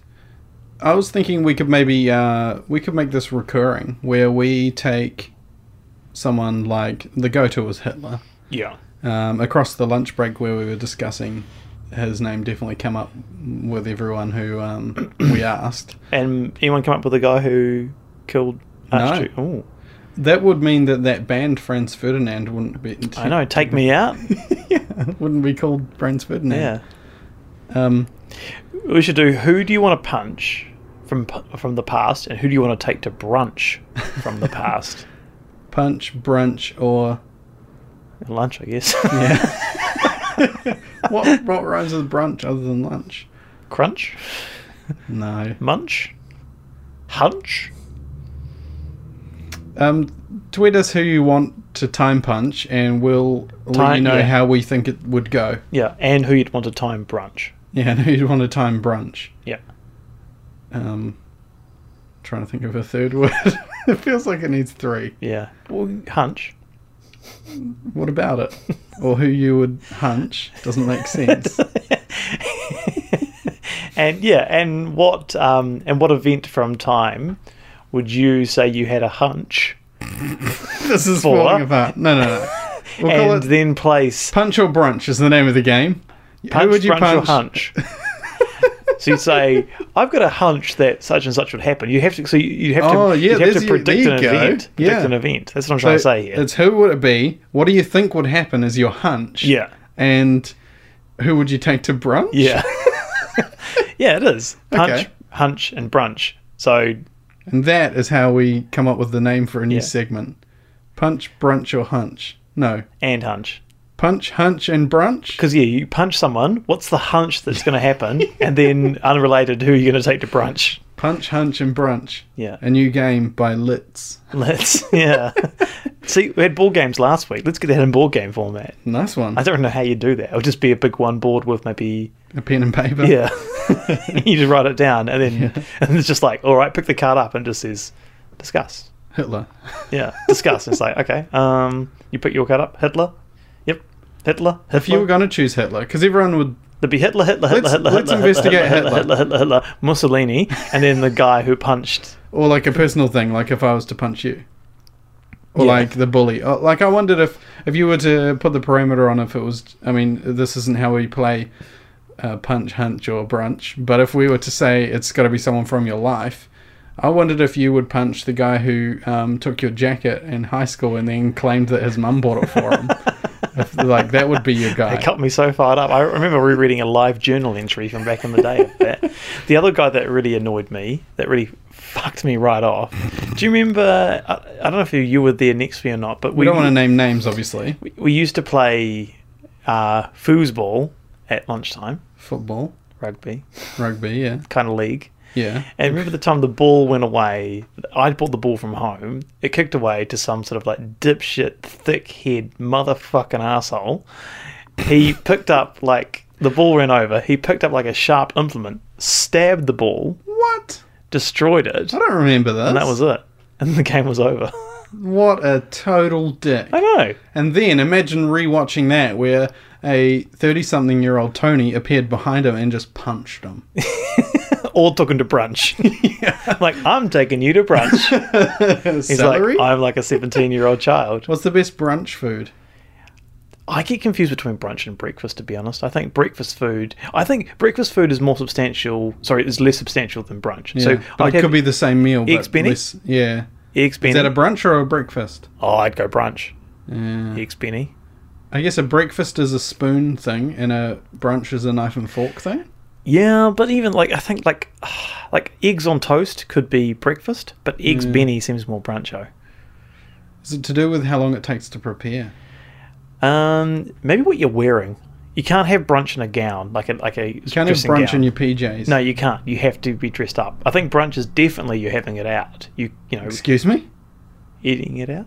[SPEAKER 1] I was thinking we could maybe uh, we could make this recurring, where we take someone like the go-to was Hitler.
[SPEAKER 2] Yeah.
[SPEAKER 1] Um, across the lunch break where we were discussing, his name definitely come up with everyone who um, we *coughs* asked.
[SPEAKER 2] And anyone come up with a guy who killed
[SPEAKER 1] No.
[SPEAKER 2] Archduke? No.
[SPEAKER 1] That would mean that that band Franz Ferdinand wouldn't be.
[SPEAKER 2] I know. Take me out.
[SPEAKER 1] yeah, *laughs* wouldn't be called Franz Ferdinand.
[SPEAKER 2] yeah.
[SPEAKER 1] Yeah. Um,
[SPEAKER 2] We should do. Who do you want to punch from p- from the past, and who do you want to take to brunch from the past?
[SPEAKER 1] punch, brunch, or
[SPEAKER 2] Lunch, I guess.
[SPEAKER 1] yeah. what what rhymes with brunch other than lunch?
[SPEAKER 2] *laughs* Crunch.
[SPEAKER 1] No.
[SPEAKER 2] Munch? Hunch?
[SPEAKER 1] Um, tweet us who you want to time punch, and we'll let you
[SPEAKER 2] Time-
[SPEAKER 1] know
[SPEAKER 2] yeah.
[SPEAKER 1] how we think it would go. *laughs*
[SPEAKER 2] Yeah, and who you'd want to time brunch.
[SPEAKER 1] Yeah, and who you want to time brunch.
[SPEAKER 2] Yeah.
[SPEAKER 1] Um, trying to think of a third *laughs* word. it feels like it needs three.
[SPEAKER 2] Yeah. Well, hunch.
[SPEAKER 1] What about
[SPEAKER 2] *laughs*
[SPEAKER 1] it? Or who you would hunch doesn't make sense.
[SPEAKER 2] and yeah, and what um and what event from time would you say you had a hunch
[SPEAKER 1] this is
[SPEAKER 2] Four.
[SPEAKER 1] falling apart. No, no, no. We'll call
[SPEAKER 2] and
[SPEAKER 1] it
[SPEAKER 2] then place
[SPEAKER 1] punch or brunch is the name of the game.
[SPEAKER 2] punch,
[SPEAKER 1] who would you
[SPEAKER 2] brunch,
[SPEAKER 1] punch?
[SPEAKER 2] or
[SPEAKER 1] *laughs*
[SPEAKER 2] hunch? so you'd say, I've got a hunch that such and such would happen. You have to so you- you'd have to
[SPEAKER 1] Oh, yeah,
[SPEAKER 2] you'd have
[SPEAKER 1] there's
[SPEAKER 2] to
[SPEAKER 1] your- there
[SPEAKER 2] predict
[SPEAKER 1] you
[SPEAKER 2] an
[SPEAKER 1] go.
[SPEAKER 2] event. Predict
[SPEAKER 1] Yeah.
[SPEAKER 2] an event. That's what I'm
[SPEAKER 1] So
[SPEAKER 2] trying to say here.
[SPEAKER 1] It's who would it be? What do you think would happen is your hunch.
[SPEAKER 2] Yeah.
[SPEAKER 1] And who would you take to brunch? *laughs*
[SPEAKER 2] Yeah. *laughs* yeah, it is. Punch,
[SPEAKER 1] Okay.
[SPEAKER 2] hunch, and brunch. So,
[SPEAKER 1] And that is how we come up with the name for a new
[SPEAKER 2] Yeah.
[SPEAKER 1] segment. Punch, brunch, or hunch. No.
[SPEAKER 2] and hunch.
[SPEAKER 1] Punch, hunch, and brunch.
[SPEAKER 2] Because, yeah, you punch someone, what's the hunch that's going
[SPEAKER 1] *laughs*
[SPEAKER 2] to happen? and then, unrelated, who are you going to take to brunch?
[SPEAKER 1] Punch, hunch, and brunch.
[SPEAKER 2] Yeah.
[SPEAKER 1] A new game by Litz.
[SPEAKER 2] *laughs* Let's, yeah. *laughs* See, we had board games last week. Let's get that in board game format.
[SPEAKER 1] Nice one.
[SPEAKER 2] I don't know how you do that. It'll just be a big one board with maybe,
[SPEAKER 1] A pen and paper. *laughs*
[SPEAKER 2] yeah. you just write it down, and then *laughs* and it's just like, all right, pick the card up, and it just says, discuss.
[SPEAKER 1] Hitler.
[SPEAKER 2] Yeah, discuss. it's like, okay, um, you pick your card up, Hitler. Yep, Hitler. Hitler.
[SPEAKER 1] If you were going to choose Hitler, because everyone would.
[SPEAKER 2] There'd be Hitler, Hitler, Hitler,
[SPEAKER 1] Let's-
[SPEAKER 2] Hitler,
[SPEAKER 1] let's
[SPEAKER 2] Hitler,
[SPEAKER 1] investigate
[SPEAKER 2] Hitler, Hitler,
[SPEAKER 1] Hitler.
[SPEAKER 2] Hitler, Hitler, Hitler, Mussolini, and then the guy who punched.
[SPEAKER 1] Or like a personal thing, like if I was to punch you. Or
[SPEAKER 2] Yeah.
[SPEAKER 1] like the bully. Or like I wondered if, if you were to put the parameter on if it was. I mean, this isn't how we play uh, punch, hunch, or brunch, but if we were to say it's got to be someone from your life. I wondered if you would punch the guy who um, took your jacket in high school and then claimed that his mum bought it for
[SPEAKER 2] *laughs*
[SPEAKER 1] him. if, like that would be your guy.
[SPEAKER 2] It got me so fired up. I remember rereading a live journal entry from back in the day of that. The other guy that really annoyed me, that really fucked me right off. Do you remember? I, I don't know if you, you were there next week or not, but we
[SPEAKER 1] We don't want to name names, obviously.
[SPEAKER 2] we, we used to play uh, foosball at lunchtime,
[SPEAKER 1] Football,
[SPEAKER 2] rugby
[SPEAKER 1] rugby, yeah,
[SPEAKER 2] kind of league.
[SPEAKER 1] yeah.
[SPEAKER 2] And remember the time the ball went away? I bought the ball from home. It kicked away to some sort of like dipshit, thick head, motherfucking asshole. He picked up like the ball ran over. He picked up like a sharp implement, stabbed the ball,
[SPEAKER 1] What?
[SPEAKER 2] destroyed it,
[SPEAKER 1] I don't remember this.
[SPEAKER 2] and that was it. And the game was over. *laughs*
[SPEAKER 1] what a total dick.
[SPEAKER 2] I know.
[SPEAKER 1] And then imagine rewatching that, where a thirty-something-year-old Tony appeared behind him and just punched him.
[SPEAKER 2] *laughs* All took him to brunch. like I'm taking you to brunch. He's
[SPEAKER 1] Celery?
[SPEAKER 2] like I'm like a 17 year old child.
[SPEAKER 1] What's the best brunch food?
[SPEAKER 2] I get confused between brunch and breakfast, to be honest. I think breakfast food. I think breakfast food is more substantial. Sorry, is less substantial than brunch.
[SPEAKER 1] Yeah,
[SPEAKER 2] so
[SPEAKER 1] but
[SPEAKER 2] I'd
[SPEAKER 1] it could
[SPEAKER 2] have
[SPEAKER 1] be the same meal.
[SPEAKER 2] Eggs
[SPEAKER 1] but
[SPEAKER 2] Benny?
[SPEAKER 1] less- yeah.
[SPEAKER 2] eggs
[SPEAKER 1] Is
[SPEAKER 2] benny.
[SPEAKER 1] that a brunch or a breakfast?
[SPEAKER 2] oh, I'd go brunch.
[SPEAKER 1] Yeah.
[SPEAKER 2] Eggs benny.
[SPEAKER 1] I guess a breakfast is a spoon thing, and a brunch is a knife and fork thing.
[SPEAKER 2] Yeah, but even like I think like *sighs* like eggs on toast could be breakfast, but eggs
[SPEAKER 1] Yeah.
[SPEAKER 2] benny seems more bruncho.
[SPEAKER 1] Is it to do with how long it takes to prepare?
[SPEAKER 2] Um, maybe what you're wearing. you can't have brunch in a gown like a like a
[SPEAKER 1] You can't have brunch in your PJs.
[SPEAKER 2] no you can't you have to be dressed up I think brunch is definitely you're having it out you you know
[SPEAKER 1] Excuse me? *laughs*
[SPEAKER 2] eating it out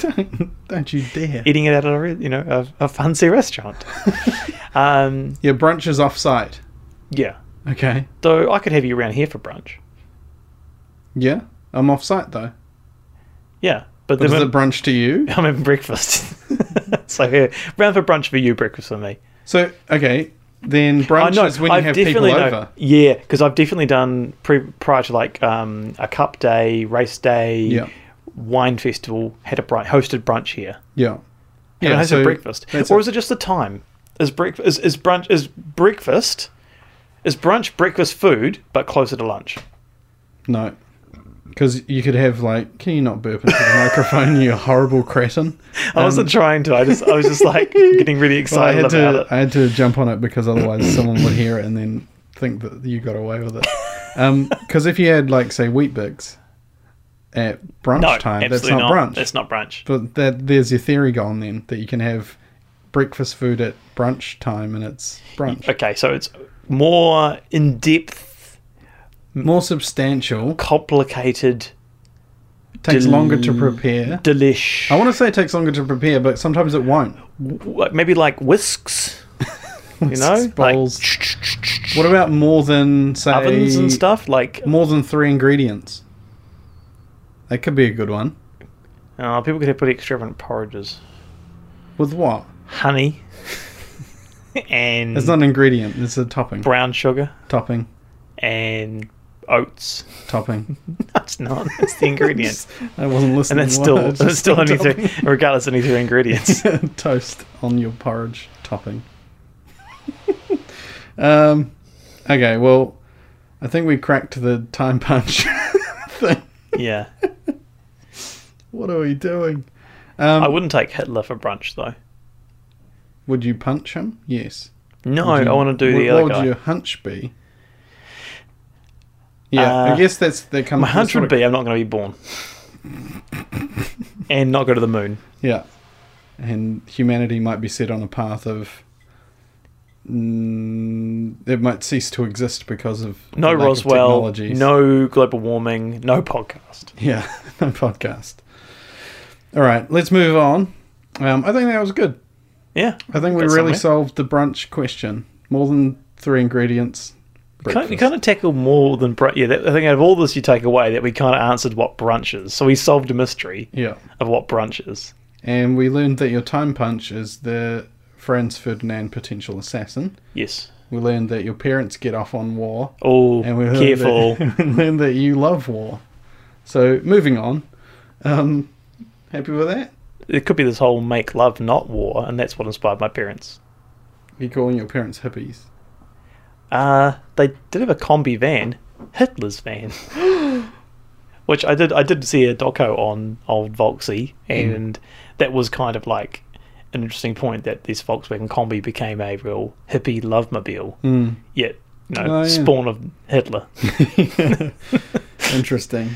[SPEAKER 1] don't, don't you dare.
[SPEAKER 2] eating it out at a re- you know a, a fancy restaurant um
[SPEAKER 1] *laughs* Your brunch is off site.
[SPEAKER 2] yeah
[SPEAKER 1] Okay.
[SPEAKER 2] though I could have you around here for brunch
[SPEAKER 1] Yeah. I'm off site though.
[SPEAKER 2] yeah
[SPEAKER 1] But
[SPEAKER 2] but then
[SPEAKER 1] is
[SPEAKER 2] when-
[SPEAKER 1] it brunch to you?
[SPEAKER 2] I'm having breakfast *laughs* so yeah round for brunch for you breakfast for me
[SPEAKER 1] So, okay. Then brunch is when you have people
[SPEAKER 2] definitely know-
[SPEAKER 1] over.
[SPEAKER 2] Yeah, because I've definitely done pre- prior to like um, a cup day, race day,
[SPEAKER 1] Yeah.
[SPEAKER 2] wine festival. Had a brunch, hosted brunch here.
[SPEAKER 1] Yeah.
[SPEAKER 2] Yeah, and I hosted breakfast.
[SPEAKER 1] that's
[SPEAKER 2] Or
[SPEAKER 1] it.
[SPEAKER 2] is it just the time? Is breakfast is, is brunch is breakfast? Is brunch breakfast food but closer to lunch?
[SPEAKER 1] No. Because you could have, like, can you not burp into the *laughs* microphone, you horrible
[SPEAKER 2] *laughs*
[SPEAKER 1] cretin?
[SPEAKER 2] I wasn't trying to. I just I was just like getting really
[SPEAKER 1] Um, *laughs* Well, I
[SPEAKER 2] excited
[SPEAKER 1] had
[SPEAKER 2] about
[SPEAKER 1] to
[SPEAKER 2] it.
[SPEAKER 1] I had to jump on it because otherwise someone would hear it and then think that you got away with it. Because if you had like say wheat bix at brunch
[SPEAKER 2] no,
[SPEAKER 1] time, that's
[SPEAKER 2] absolutely
[SPEAKER 1] not, brunch.
[SPEAKER 2] That's not brunch.
[SPEAKER 1] but that there's your theory gone then that you can have breakfast food at brunch time and it's brunch
[SPEAKER 2] Okay, so it's more in depth,
[SPEAKER 1] more substantial.
[SPEAKER 2] complicated,
[SPEAKER 1] Takes
[SPEAKER 2] Del-
[SPEAKER 1] longer to prepare.
[SPEAKER 2] delish.
[SPEAKER 1] I want to say it takes longer to prepare, but sometimes it won't.
[SPEAKER 2] Wh- maybe like whisks, *laughs* you know,
[SPEAKER 1] bowls.
[SPEAKER 2] like
[SPEAKER 1] What about more than say
[SPEAKER 2] ovens and stuff. Like
[SPEAKER 1] More than three ingredients. That could be a good one.
[SPEAKER 2] oh, people could have pretty extravagant porridges,
[SPEAKER 1] With what?
[SPEAKER 2] honey, *laughs* and
[SPEAKER 1] It's not an ingredient. It's a topping.
[SPEAKER 2] brown sugar
[SPEAKER 1] topping.
[SPEAKER 2] and oats. *laughs*
[SPEAKER 1] Topping.
[SPEAKER 2] No, it's not. It's
[SPEAKER 1] *laughs*
[SPEAKER 2] the ingredient,
[SPEAKER 1] I wasn't listening.
[SPEAKER 2] and that's
[SPEAKER 1] Wow,
[SPEAKER 2] still
[SPEAKER 1] it's
[SPEAKER 2] and
[SPEAKER 1] just
[SPEAKER 2] it's still
[SPEAKER 1] a
[SPEAKER 2] only three,
[SPEAKER 1] topping.
[SPEAKER 2] regardless, only three ingredients.
[SPEAKER 1] *laughs* toast on your porridge topping. *laughs* um, okay. Well, I think we cracked the time punch *laughs* thing.
[SPEAKER 2] yeah,
[SPEAKER 1] What are we doing? Um,
[SPEAKER 2] I wouldn't take Hitler for brunch though.
[SPEAKER 1] would you punch him? Yes.
[SPEAKER 2] No,
[SPEAKER 1] Would you-
[SPEAKER 2] I want to do
[SPEAKER 1] what,
[SPEAKER 2] the
[SPEAKER 1] What
[SPEAKER 2] other
[SPEAKER 1] would
[SPEAKER 2] guy.
[SPEAKER 1] your hunch be? Yeah, I
[SPEAKER 2] Uh,
[SPEAKER 1] guess that's that comes.
[SPEAKER 2] My
[SPEAKER 1] that's
[SPEAKER 2] hunch
[SPEAKER 1] what
[SPEAKER 2] would
[SPEAKER 1] it-
[SPEAKER 2] be I'm not going to be born, and not go to the moon.
[SPEAKER 1] Yeah. And humanity might be set on a path of. Mm, it might cease to exist because of. the
[SPEAKER 2] No
[SPEAKER 1] lack of
[SPEAKER 2] Roswell,
[SPEAKER 1] technologies.
[SPEAKER 2] no global warming, no podcast.
[SPEAKER 1] Yeah, *laughs* no podcast. All right, let's move on. Um, I think that was good.
[SPEAKER 2] Yeah.
[SPEAKER 1] I think we
[SPEAKER 2] Got
[SPEAKER 1] really
[SPEAKER 2] somewhere.
[SPEAKER 1] solved the brunch question. More than three ingredients.
[SPEAKER 2] Kind, you
[SPEAKER 1] breakfast.
[SPEAKER 2] kind of tackle more than brunch. Yeah, that, I think out of all this, you take away that we kind of answered what brunch is. So we solved a mystery
[SPEAKER 1] Yeah.
[SPEAKER 2] of what brunch is.
[SPEAKER 1] And we learned that your time punch is the Franz Ferdinand potential assassin.
[SPEAKER 2] Yes.
[SPEAKER 1] We learned that your parents get off on war.
[SPEAKER 2] Oh,
[SPEAKER 1] and we learned *laughs*
[SPEAKER 2] careful.
[SPEAKER 1] That, learned that you love war. So moving on. Um, happy with that?
[SPEAKER 2] it could be this whole make love, not war, and that's what inspired my parents.
[SPEAKER 1] You calling your parents hippies?
[SPEAKER 2] Uh, they did have a combi van,
[SPEAKER 1] *gasps*
[SPEAKER 2] Hitler's van, which I did. I did see a doco on old Volksy,
[SPEAKER 1] Mm.
[SPEAKER 2] and that was kind of like an interesting point that this Volkswagen combi became a real hippie love mobile,
[SPEAKER 1] Mm.
[SPEAKER 2] yet you know,
[SPEAKER 1] Oh, yeah.
[SPEAKER 2] spawn of
[SPEAKER 1] *laughs*
[SPEAKER 2] Hitler. *laughs*
[SPEAKER 1] Interesting.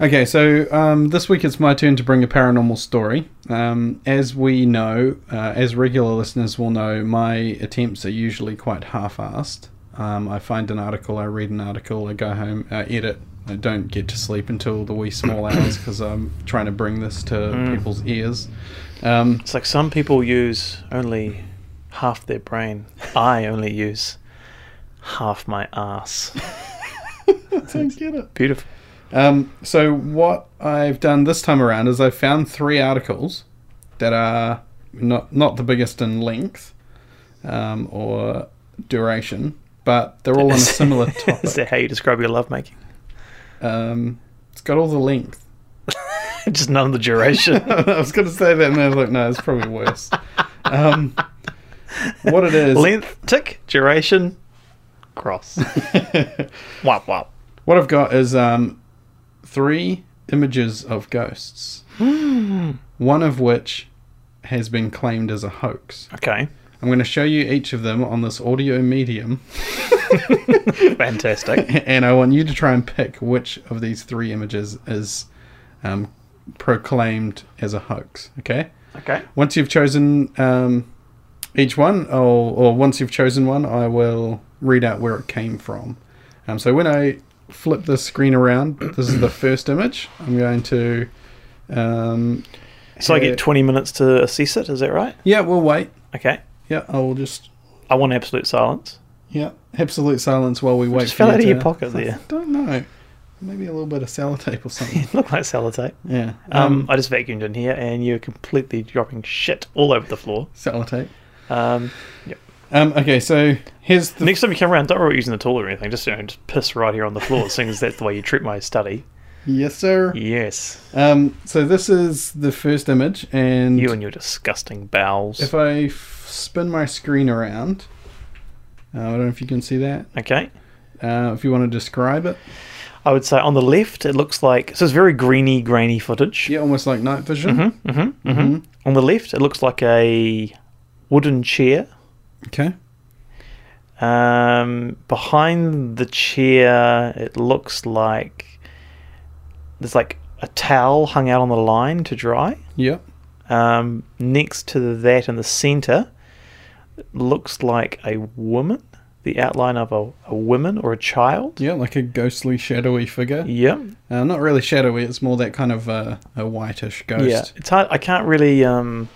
[SPEAKER 1] Okay, so um, this week it's my turn to bring a paranormal story. Um, as we know, uh, as regular listeners will know, my attempts are usually quite half assed. Um, I find an article, I read an article, I go home, I edit. I don't get to sleep until the wee small hours because I'm trying to bring this to people's ears. Um,
[SPEAKER 2] It's like some people use only half their brain. I only use half my ass.
[SPEAKER 1] *laughs* I don't get it.
[SPEAKER 2] Beautiful.
[SPEAKER 1] Um, so what I've done this time around is I found three articles that are not not the biggest in length um, or duration, but they're all on a similar
[SPEAKER 2] *laughs* Is
[SPEAKER 1] topic.
[SPEAKER 2] that how you describe your lovemaking? *laughs*
[SPEAKER 1] Um, it's got all the length. *laughs*
[SPEAKER 2] Just none of the duration.
[SPEAKER 1] I was going to say that, and I was like, no, it's probably worse. Um, what it is?
[SPEAKER 2] Length, tick, duration, *laughs* cross. wop wop.
[SPEAKER 1] *laughs* What I've got is um, three images of ghosts, one of which has been claimed as a hoax.
[SPEAKER 2] Okay,
[SPEAKER 1] I'm going to show you each of them on this audio medium, *laughs*
[SPEAKER 2] fantastic.
[SPEAKER 1] and I want you to try and pick which of these three images is um, proclaimed as a hoax. Okay.
[SPEAKER 2] *laughs* Okay,
[SPEAKER 1] Once you've chosen um, each one, I'll, or once you've chosen one, I will read out where it came from. Um, so when I flip the screen around, this is the first image. I'm going to. Um,
[SPEAKER 2] So I
[SPEAKER 1] ha-
[SPEAKER 2] get 20 minutes to assess it, is that right?
[SPEAKER 1] Yeah, we'll wait.
[SPEAKER 2] Okay.
[SPEAKER 1] Yeah, I'll just.
[SPEAKER 2] I want absolute silence.
[SPEAKER 1] Yeah, absolute silence while we wait.
[SPEAKER 2] just
[SPEAKER 1] for
[SPEAKER 2] fell
[SPEAKER 1] you
[SPEAKER 2] out of
[SPEAKER 1] to-
[SPEAKER 2] your pocket there.
[SPEAKER 1] *laughs* Don't know. Maybe a little bit of sellotape or
[SPEAKER 2] *laughs*
[SPEAKER 1] something.
[SPEAKER 2] *laughs* Look like sellotape.
[SPEAKER 1] yeah.
[SPEAKER 2] Um, I just vacuumed in here and you're completely dropping shit all over the floor.
[SPEAKER 1] sellotape.
[SPEAKER 2] Um, yep.
[SPEAKER 1] Um, okay, so here's the
[SPEAKER 2] Next time you come around, don't worry about using the tool or anything. Just, you know, just piss right here on the floor, seeing as that's the way you treat my study.
[SPEAKER 1] yes, sir.
[SPEAKER 2] Yes.
[SPEAKER 1] Um, so this is the first image, and
[SPEAKER 2] You and your disgusting bowels.
[SPEAKER 1] if I f- spin my screen around, uh, I don't know if you can see that.
[SPEAKER 2] okay.
[SPEAKER 1] Uh, if you want to describe it,
[SPEAKER 2] I would say on the left, it looks like. So it's very greeny, grainy footage.
[SPEAKER 1] yeah, almost like night vision.
[SPEAKER 2] Mm-hmm, mm-hmm, mm-hmm. On the left, it looks like a wooden chair.
[SPEAKER 1] Okay.
[SPEAKER 2] Um, behind the chair, it looks like there's like a towel hung out on the line to dry.
[SPEAKER 1] Yep.
[SPEAKER 2] Um, next to that, in the center, it looks like a woman, the outline of a, a woman or a child.
[SPEAKER 1] Yeah, like a ghostly, shadowy figure.
[SPEAKER 2] Yep.
[SPEAKER 1] Uh, not really shadowy. It's more that kind of uh, a whitish ghost.
[SPEAKER 2] Yeah. It's hard. I can't really. Um,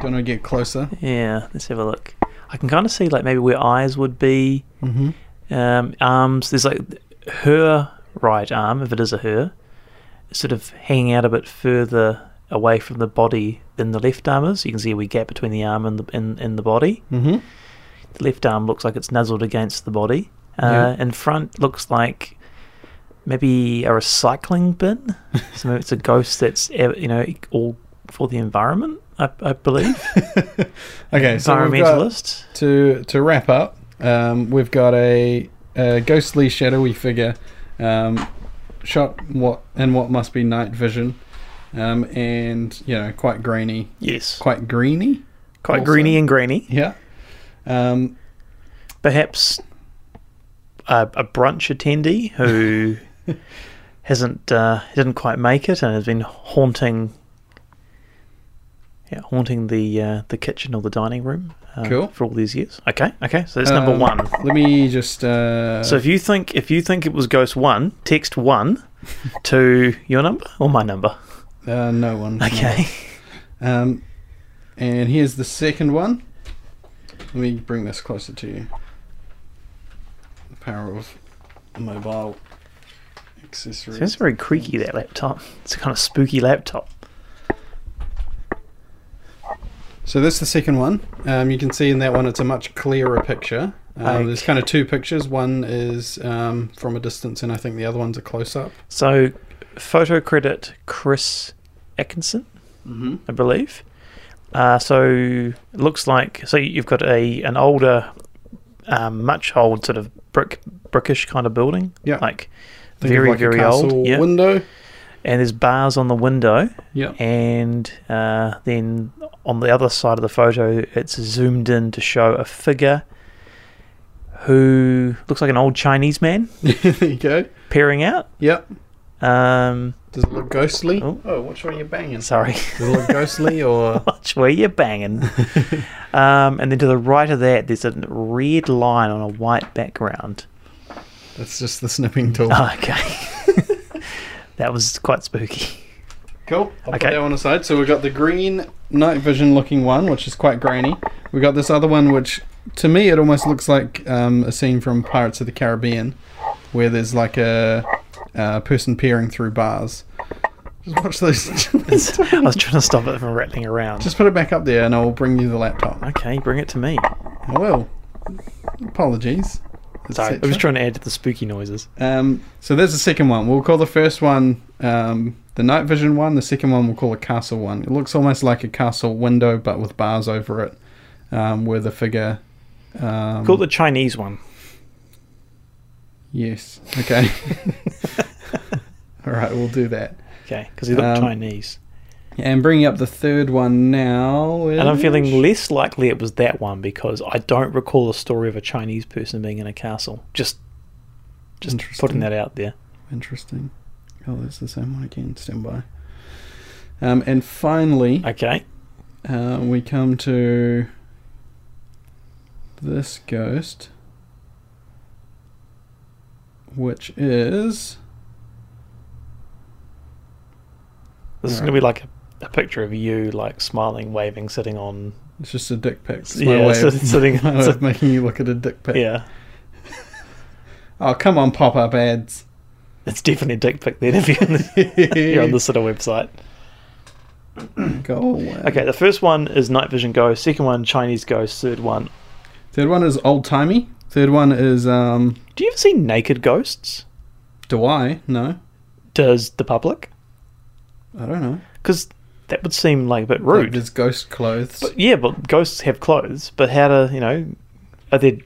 [SPEAKER 1] Going to get closer.
[SPEAKER 2] yeah. Let's have a look. I can kind of see like maybe where eyes would be.
[SPEAKER 1] Mm-hmm.
[SPEAKER 2] um, arms. There's like her right arm, if it is a her, is sort of hanging out a bit further away from the body than the left arm is. You can see a wee gap between the arm and the and, and the body.
[SPEAKER 1] Mm-hmm.
[SPEAKER 2] The left arm looks like it's nuzzled against the body.
[SPEAKER 1] Yeah.
[SPEAKER 2] Uh, In front looks like maybe a
[SPEAKER 1] *laughs*
[SPEAKER 2] recycling bin. so maybe it's a ghost that's eh, you know all for the environment. I, I believe
[SPEAKER 1] Okay, *laughs* so we've got,
[SPEAKER 2] environmentalist.
[SPEAKER 1] to to wrap up, um, we've got a, a ghostly, shadowy figure um, shot what in what must be night vision, um, and you know quite grainy,
[SPEAKER 2] Yes, quite,
[SPEAKER 1] quite greeny. also-
[SPEAKER 2] greeny and grainy.
[SPEAKER 1] Yeah. Um,
[SPEAKER 2] perhaps a, a brunch
[SPEAKER 1] *laughs*
[SPEAKER 2] attendee who hasn't uh, didn't quite make it and has been haunting yeah, haunting the uh, the kitchen or the dining room uh,
[SPEAKER 1] Cool.
[SPEAKER 2] for all these years. Okay, okay, so that's number
[SPEAKER 1] um,
[SPEAKER 2] one.
[SPEAKER 1] Let me just. Uh,
[SPEAKER 2] So if you think if you think it was Ghost One,
[SPEAKER 1] *laughs*
[SPEAKER 2] text one to your number or my number.
[SPEAKER 1] uh, no one.
[SPEAKER 2] Okay, *laughs*
[SPEAKER 1] Um, and here's the second one. Let me bring this closer to you. The power of mobile accessories.
[SPEAKER 2] sounds very creaky that laptop. It's a kind of spooky laptop.
[SPEAKER 1] So that's the second one. Um, you can see in that one it's a much clearer picture. Um,
[SPEAKER 2] Okay.
[SPEAKER 1] There's kind of two pictures. One is um, from a distance, and I think the other one's a close up.
[SPEAKER 2] So, photo credit Chris Atkinson.
[SPEAKER 1] Mm-hmm.
[SPEAKER 2] I believe. Uh, so it looks like so you've got a an older, um, much old sort of brick brickish kind of building,
[SPEAKER 1] Yeah.
[SPEAKER 2] like very very old. Yeah,
[SPEAKER 1] Window.
[SPEAKER 2] and there's bars on the window,
[SPEAKER 1] Yeah.
[SPEAKER 2] and uh, then on the other side of the photo, it's zoomed in to show a figure who looks like an old Chinese man
[SPEAKER 1] *laughs* there you go.
[SPEAKER 2] peering out.
[SPEAKER 1] Yep.
[SPEAKER 2] Um,
[SPEAKER 1] Does it look ghostly?
[SPEAKER 2] Oh.
[SPEAKER 1] Oh, which one are you banging?
[SPEAKER 2] sorry. *laughs*
[SPEAKER 1] Does it look ghostly or?
[SPEAKER 2] Watch where
[SPEAKER 1] *laughs*
[SPEAKER 2] you're banging. um, and then to the right of that, there's a red line on a white background.
[SPEAKER 1] That's just the snipping tool.
[SPEAKER 2] Oh, okay. *laughs* that was
[SPEAKER 1] *laughs*
[SPEAKER 2] quite spooky.
[SPEAKER 1] Cool. I'll put
[SPEAKER 2] Okay.
[SPEAKER 1] that one aside. So we've got the green night vision looking one, which is quite grainy. We've got this other one, which to me it almost looks like um, a scene from Pirates of the Caribbean, where there's like a, a person peering through bars. Just watch
[SPEAKER 2] *laughs*
[SPEAKER 1] those.
[SPEAKER 2] I was trying to stop it from rattling around.
[SPEAKER 1] Just put it back up there, and I'll bring you the laptop.
[SPEAKER 2] okay, bring it to me.
[SPEAKER 1] I will. Apologies.
[SPEAKER 2] Sorry, I was
[SPEAKER 1] Etcetera.
[SPEAKER 2] trying to add to the spooky noises.
[SPEAKER 1] Um, so there's the second one. We'll call the first one um, the night vision one. The second one we'll call a castle one. It looks almost like a castle window, but with bars over it, um, where the figure. Um,
[SPEAKER 2] Call it the
[SPEAKER 1] *laughs*
[SPEAKER 2] Chinese one.
[SPEAKER 1] Yes. Okay. *laughs* All right, we'll do that.
[SPEAKER 2] Okay, because he looked
[SPEAKER 1] Um,
[SPEAKER 2] Chinese.
[SPEAKER 1] And bringing up the third one now.
[SPEAKER 2] And I'm feeling
[SPEAKER 1] is-
[SPEAKER 2] less likely it was that one because I don't recall a story of a Chinese person being in a castle. Just, just
[SPEAKER 1] Interesting.
[SPEAKER 2] putting that out there.
[SPEAKER 1] interesting. Oh, that's the same one again. Stand by. Um, and finally,
[SPEAKER 2] Okay.
[SPEAKER 1] uh, we come to this ghost, which is
[SPEAKER 2] This is
[SPEAKER 1] Alright.
[SPEAKER 2] going to be like a, a picture of you, like smiling, waving, sitting on.
[SPEAKER 1] it's just a dick pic. It's
[SPEAKER 2] Yeah,
[SPEAKER 1] my way,
[SPEAKER 2] so-
[SPEAKER 1] of,
[SPEAKER 2] so
[SPEAKER 1] *laughs*
[SPEAKER 2] they-
[SPEAKER 1] my way
[SPEAKER 2] so-
[SPEAKER 1] of making you look at a dick pic.
[SPEAKER 2] Yeah.
[SPEAKER 1] Oh, come on, pop up ads.
[SPEAKER 2] It's definitely a dick pic then if you're on, the, *laughs* you're on this sort of website.
[SPEAKER 1] Go away.
[SPEAKER 2] Okay, the first one is Night Vision Ghost, second one, Chinese Ghost, third one.
[SPEAKER 1] Third one is old timey. Third one is um.
[SPEAKER 2] Do you ever see naked ghosts?
[SPEAKER 1] Do I? No,
[SPEAKER 2] Does the public?
[SPEAKER 1] I don't know.
[SPEAKER 2] Because that would seem like a bit
[SPEAKER 1] Like,
[SPEAKER 2] rude.
[SPEAKER 1] There's ghost clothes.
[SPEAKER 2] But yeah, but ghosts have clothes. But how do you know? Are there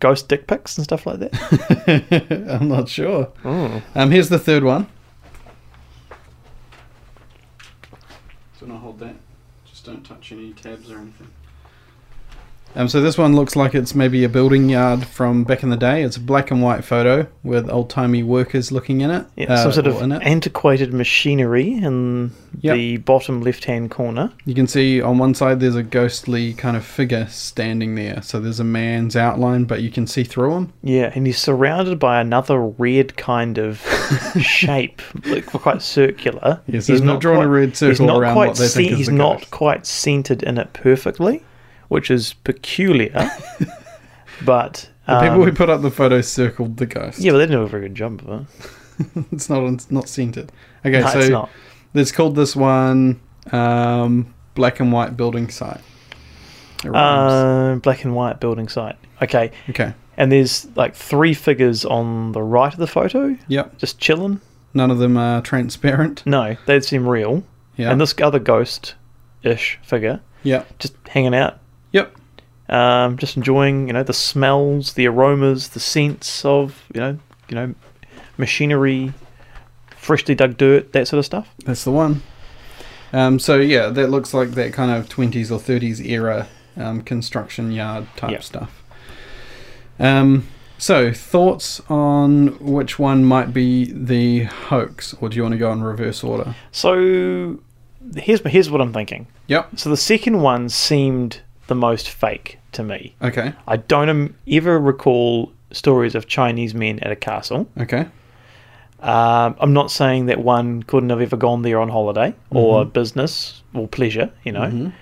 [SPEAKER 2] ghost dick pics and stuff like that?
[SPEAKER 1] *laughs* I'm not sure. Um, here's the third one. So now hold that. Just don't touch any tabs or anything. Um, so this one looks like it's maybe a building yard from back in the day. It's a black and white photo with old timey workers looking in it.
[SPEAKER 2] Yeah,
[SPEAKER 1] uh,
[SPEAKER 2] some sort
[SPEAKER 1] or
[SPEAKER 2] of
[SPEAKER 1] in it.
[SPEAKER 2] antiquated machinery in
[SPEAKER 1] Yep.
[SPEAKER 2] the bottom left-hand corner.
[SPEAKER 1] You can see on one side there's a ghostly kind of figure standing there. So there's a man's outline, but you can see through him.
[SPEAKER 2] Yeah, and he's surrounded by another red kind
[SPEAKER 1] *laughs*
[SPEAKER 2] of shape, like quite circular.
[SPEAKER 1] Yes, they've not drawn a red
[SPEAKER 2] he's
[SPEAKER 1] circle
[SPEAKER 2] not
[SPEAKER 1] around
[SPEAKER 2] quite
[SPEAKER 1] what they think
[SPEAKER 2] cen-
[SPEAKER 1] is
[SPEAKER 2] He's
[SPEAKER 1] the
[SPEAKER 2] not
[SPEAKER 1] ghost.
[SPEAKER 2] quite centered in it perfectly, which is
[SPEAKER 1] *laughs*
[SPEAKER 2] peculiar. but
[SPEAKER 1] The people
[SPEAKER 2] um,
[SPEAKER 1] who put up the photo circled the ghost.
[SPEAKER 2] yeah, but they didn't do a very good job of it.
[SPEAKER 1] *laughs* it's not it's not centered. Okay,
[SPEAKER 2] no,
[SPEAKER 1] so
[SPEAKER 2] it's not.
[SPEAKER 1] It's called this one um, black and white building site. It rhymes.
[SPEAKER 2] Um, black and white building site. Okay,
[SPEAKER 1] okay.
[SPEAKER 2] and there's like three figures on the right of the photo,
[SPEAKER 1] Yep.
[SPEAKER 2] just chilling.
[SPEAKER 1] None of them are
[SPEAKER 2] *laughs*
[SPEAKER 1] transparent.
[SPEAKER 2] No, they seem real.
[SPEAKER 1] Yeah.
[SPEAKER 2] And this other ghost-ish figure
[SPEAKER 1] yep.
[SPEAKER 2] just hanging out,
[SPEAKER 1] Yep.
[SPEAKER 2] um, just enjoying you know the smells, the aromas, the scents of you know you know machinery, freshly dug dirt, that sort of stuff.
[SPEAKER 1] That's the one. Um, so yeah, that looks like that kind of twenties or thirties era um, construction yard type
[SPEAKER 2] Yep.
[SPEAKER 1] stuff. Um, so thoughts on which one might be the hoax, or do you want to go in reverse order?
[SPEAKER 2] So here's here's what I'm thinking.
[SPEAKER 1] Yep.
[SPEAKER 2] So the second one seemed the most fake to me.
[SPEAKER 1] Okay.
[SPEAKER 2] I don't am- ever recall stories of Chinese men at a castle.
[SPEAKER 1] Okay.
[SPEAKER 2] Um, I'm not saying that one couldn't have ever gone there on holiday or business or pleasure. You know,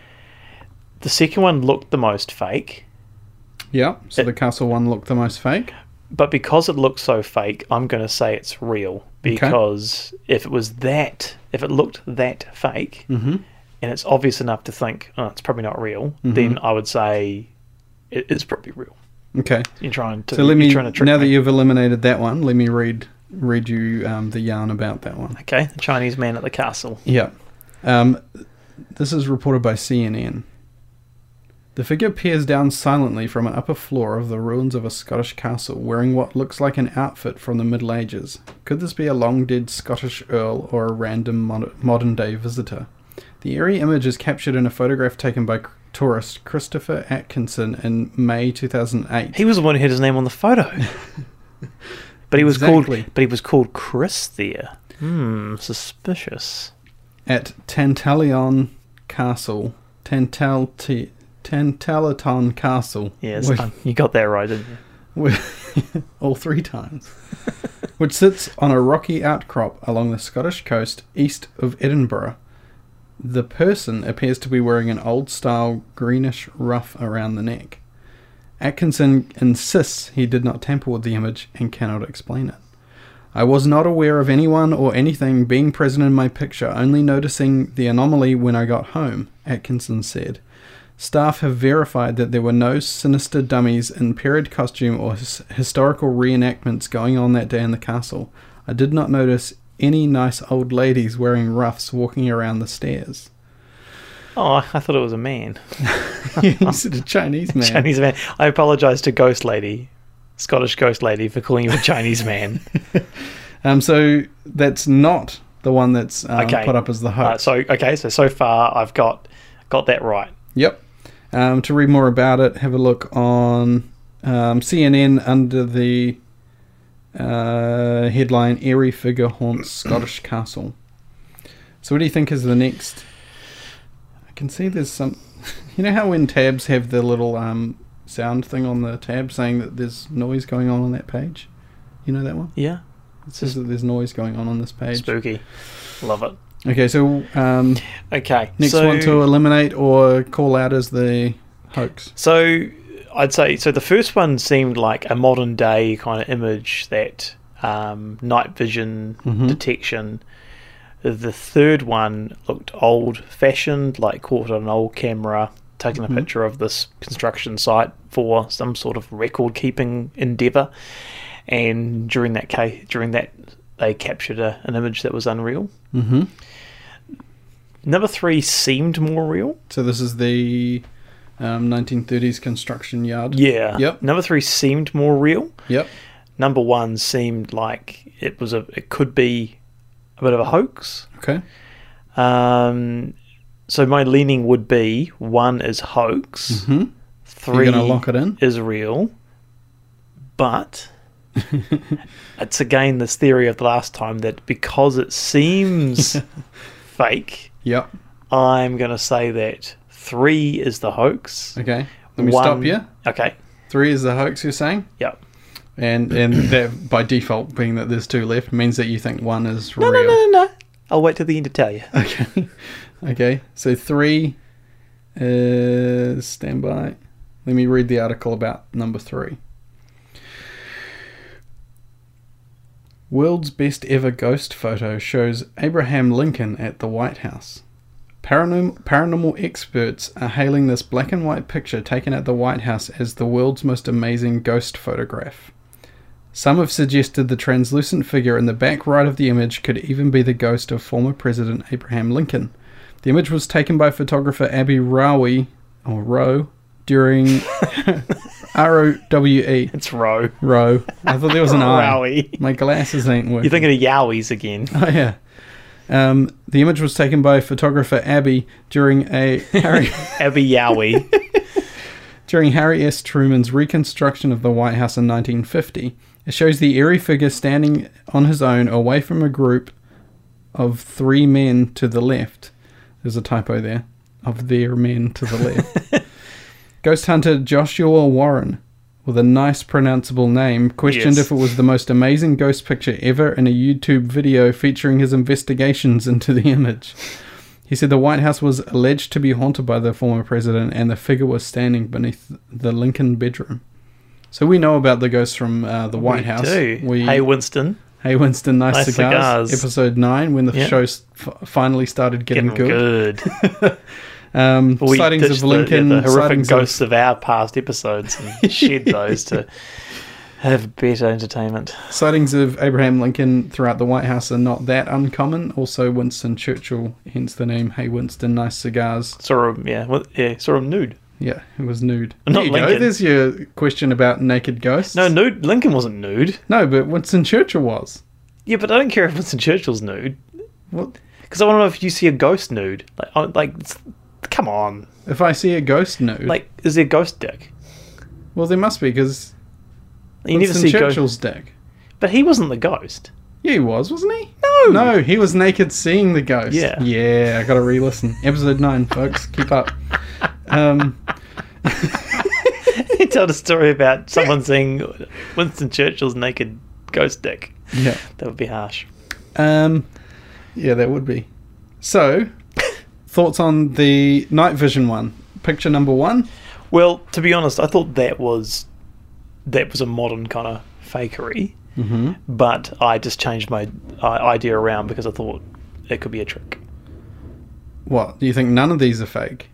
[SPEAKER 2] the second one looked the most fake.
[SPEAKER 1] Yep. So
[SPEAKER 2] It-
[SPEAKER 1] the castle one looked the most fake.
[SPEAKER 2] but because it looks so fake, I'm going to say it's real because if it was that, if it looked that fake,
[SPEAKER 1] Mm-hmm.
[SPEAKER 2] and it's obvious enough to think oh, it's probably not real, then I would say it, it's probably real.
[SPEAKER 1] Okay.
[SPEAKER 2] You're trying to
[SPEAKER 1] So let
[SPEAKER 2] you're
[SPEAKER 1] me
[SPEAKER 2] trying to trick
[SPEAKER 1] now that
[SPEAKER 2] me.
[SPEAKER 1] you've eliminated that one, let me read read you um, the yarn about that one.
[SPEAKER 2] okay, the Chinese man at the castle.
[SPEAKER 1] Yeah, um, this is reported by CNN. The figure peers down silently from an upper floor of the ruins of a Scottish castle, wearing what looks like an outfit from the Middle Ages. Could this be a long dead Scottish earl or a random mod- modern day visitor? The eerie image is captured in a photograph taken by c- tourist Christopher Atkinson in May 2008.
[SPEAKER 2] He was the one who had his name on
[SPEAKER 1] *laughs*
[SPEAKER 2] the photo, but he was
[SPEAKER 1] Exactly.
[SPEAKER 2] called but he was called Chris there. Hmm, suspicious.
[SPEAKER 1] at Tantalion Castle. Tantalti, Tantalaton Castle.
[SPEAKER 2] Yes,
[SPEAKER 1] which-
[SPEAKER 2] you got that
[SPEAKER 1] *laughs*
[SPEAKER 2] right, didn't you?
[SPEAKER 1] which- *laughs* all three times. *laughs* which sits on a rocky outcrop along the Scottish coast east of Edinburgh. The person appears to be wearing an old style greenish ruff around the neck. Atkinson insists he did not tamper with the image and cannot explain it. I was not aware of anyone or anything being present in my picture, only noticing the anomaly when I got home, Atkinson said. Staff have verified that there were no sinister dummies in period costume or his- historical reenactments going on that day in the castle. I did not notice any nice old ladies wearing ruffs walking around the stairs. *laughs*
[SPEAKER 2] Oh, I thought it was a man.
[SPEAKER 1] you said a Chinese man.
[SPEAKER 2] *laughs* Chinese man. I apologise to Ghost Lady, Scottish Ghost Lady, for calling you a Chinese man.
[SPEAKER 1] Um, so that's not the one that's um,
[SPEAKER 2] Okay.
[SPEAKER 1] put up as the
[SPEAKER 2] Uh,
[SPEAKER 1] hoax.
[SPEAKER 2] so okay, so so far I've got got that right.
[SPEAKER 1] Yep. Um, to read more about it, have a look on um, CNN under the uh, headline "Eerie Figure
[SPEAKER 2] *coughs*
[SPEAKER 1] Haunts Scottish Castle." So, what do you think is the *laughs* next? I can see there's some. You know how when tabs have the little um, sound thing on the tab saying that there's noise going on on that page. You know that one?
[SPEAKER 2] Yeah.
[SPEAKER 1] It says that there's noise going on on this page.
[SPEAKER 2] Spooky. Love it.
[SPEAKER 1] Okay, so
[SPEAKER 2] *laughs*
[SPEAKER 1] um,
[SPEAKER 2] Okay.
[SPEAKER 1] next
[SPEAKER 2] so,
[SPEAKER 1] one to eliminate or call out is the hoax.
[SPEAKER 2] So I'd say so. The first one seemed like a modern day kind of image that um, night vision
[SPEAKER 1] Mhm.
[SPEAKER 2] detection. The third one looked old fashioned, like caught on an old camera, taking
[SPEAKER 1] Mhm.
[SPEAKER 2] a picture of this construction site for some sort of record keeping endeavor. And during that case, during that, they captured a, an image that was unreal.
[SPEAKER 1] Mm-hmm.
[SPEAKER 2] Number three seemed more real.
[SPEAKER 1] So this is the um, 1930s construction yard.
[SPEAKER 2] Yeah.
[SPEAKER 1] Yep.
[SPEAKER 2] Number three seemed more real.
[SPEAKER 1] Yep.
[SPEAKER 2] number one seemed like it was a it could be a bit of a hoax.
[SPEAKER 1] Okay.
[SPEAKER 2] Um, so my leaning would be one is hoax,
[SPEAKER 1] hmm You're
[SPEAKER 2] 3
[SPEAKER 1] going to lock it in?
[SPEAKER 2] is real,
[SPEAKER 1] *laughs*
[SPEAKER 2] but it's again this theory of the last time that because it
[SPEAKER 1] *laughs*
[SPEAKER 2] seems fake,
[SPEAKER 1] Yep.
[SPEAKER 2] I'm going to say that three is the hoax.
[SPEAKER 1] Okay. Let me
[SPEAKER 2] One-
[SPEAKER 1] stop you.
[SPEAKER 2] Okay.
[SPEAKER 1] Three is the hoax you're saying?
[SPEAKER 2] Yep.
[SPEAKER 1] And
[SPEAKER 2] *clears throat*
[SPEAKER 1] and that by default being that there's two left means that you think one is
[SPEAKER 2] No,
[SPEAKER 1] real.
[SPEAKER 2] no, no, no, no. I'll wait till the end to tell you.
[SPEAKER 1] *laughs* Okay. Okay. So three is standby. Let me read the article about number three. World's best ever ghost photo shows Abraham Lincoln at the White House. Paranorm- paranormal experts are hailing this black and white picture taken at the White House as the world's most amazing ghost photograph. Some have suggested the translucent figure in the back right of the image could even be the ghost of former President Abraham Lincoln. The image was taken by photographer Abby Rowe, or Rowe, during R O W E
[SPEAKER 2] It's Roe.
[SPEAKER 1] Rowe. I thought there was an I.
[SPEAKER 2] Rowie.
[SPEAKER 1] My glasses ain't working.
[SPEAKER 2] You're thinking of
[SPEAKER 1] *laughs*
[SPEAKER 2] Yowies again.
[SPEAKER 1] Oh yeah. Um, the image was taken by photographer Abby during a Harry
[SPEAKER 2] Abby Yowie.
[SPEAKER 1] during Harry S. Truman's reconstruction of the White House in 1950. It shows the eerie figure standing on his own away from a group of three men to the left. There's a typo there. Of their men to the left. Ghost hunter Joshua Warren, with a nice pronounceable name, questioned
[SPEAKER 2] Yes.
[SPEAKER 1] if it was the most amazing ghost picture ever in a YouTube video featuring his investigations into the image. He said the White House was alleged to be haunted by the former president, and the figure was standing beneath the Lincoln bedroom. So we know about the ghosts from uh, the White
[SPEAKER 2] We
[SPEAKER 1] House.
[SPEAKER 2] do.
[SPEAKER 1] We,
[SPEAKER 2] hey, Winston.
[SPEAKER 1] hey, Winston, nice,
[SPEAKER 2] Nice
[SPEAKER 1] cigars,
[SPEAKER 2] Cigars.
[SPEAKER 1] Episode nine, when the
[SPEAKER 2] Yeah.
[SPEAKER 1] show s- f- finally started getting,
[SPEAKER 2] Getting
[SPEAKER 1] good.
[SPEAKER 2] good.
[SPEAKER 1] *laughs* Um,
[SPEAKER 2] *laughs* We
[SPEAKER 1] sightings
[SPEAKER 2] ditched
[SPEAKER 1] of Lincoln,
[SPEAKER 2] the, yeah, the horrific
[SPEAKER 1] sightings of-
[SPEAKER 2] ghosts of, our past episodes
[SPEAKER 1] *laughs*
[SPEAKER 2] and shed those to have better entertainment.
[SPEAKER 1] Sightings of Abraham Lincoln throughout the White House are not that uncommon. Also, Winston Churchill, hence the name Hey Winston, Nice Cigars.
[SPEAKER 2] Saw him, yeah, well, yeah, saw him nude.
[SPEAKER 1] Yeah, it was nude.
[SPEAKER 2] Not
[SPEAKER 1] there you go.
[SPEAKER 2] Lincoln.
[SPEAKER 1] There's your question about naked ghosts.
[SPEAKER 2] No, nude. Lincoln wasn't nude.
[SPEAKER 1] no, but Winston Churchill was.
[SPEAKER 2] Yeah, but I don't care if Winston Churchill's nude
[SPEAKER 1] What?
[SPEAKER 2] because I want to know if you see a ghost nude. Like, I- like, it's- come on.
[SPEAKER 1] If I see a ghost nude,
[SPEAKER 2] Like, is there ghost dick?
[SPEAKER 1] well, there must be because
[SPEAKER 2] You never
[SPEAKER 1] Winston
[SPEAKER 2] see ghost.
[SPEAKER 1] Churchill's dick.
[SPEAKER 2] But he wasn't the ghost.
[SPEAKER 1] Yeah, he was, wasn't he?
[SPEAKER 2] No.
[SPEAKER 1] No, he was naked seeing the ghost.
[SPEAKER 2] Yeah.
[SPEAKER 1] Yeah, I gotta re listen. Episode 9, folks. Keep up. Um, *laughs*
[SPEAKER 2] he told a story about someone seeing Winston Churchill's naked ghost dick.
[SPEAKER 1] yeah.
[SPEAKER 2] That would be harsh.
[SPEAKER 1] Um, yeah, that would be. So, thoughts on the night vision one? Picture number one?
[SPEAKER 2] Well, to be honest, I thought that was that was a modern kind of fakery,
[SPEAKER 1] Mm-hmm.
[SPEAKER 2] but I just changed my uh, idea around because I thought it could be a trick.
[SPEAKER 1] What? Do you think none of these are fake?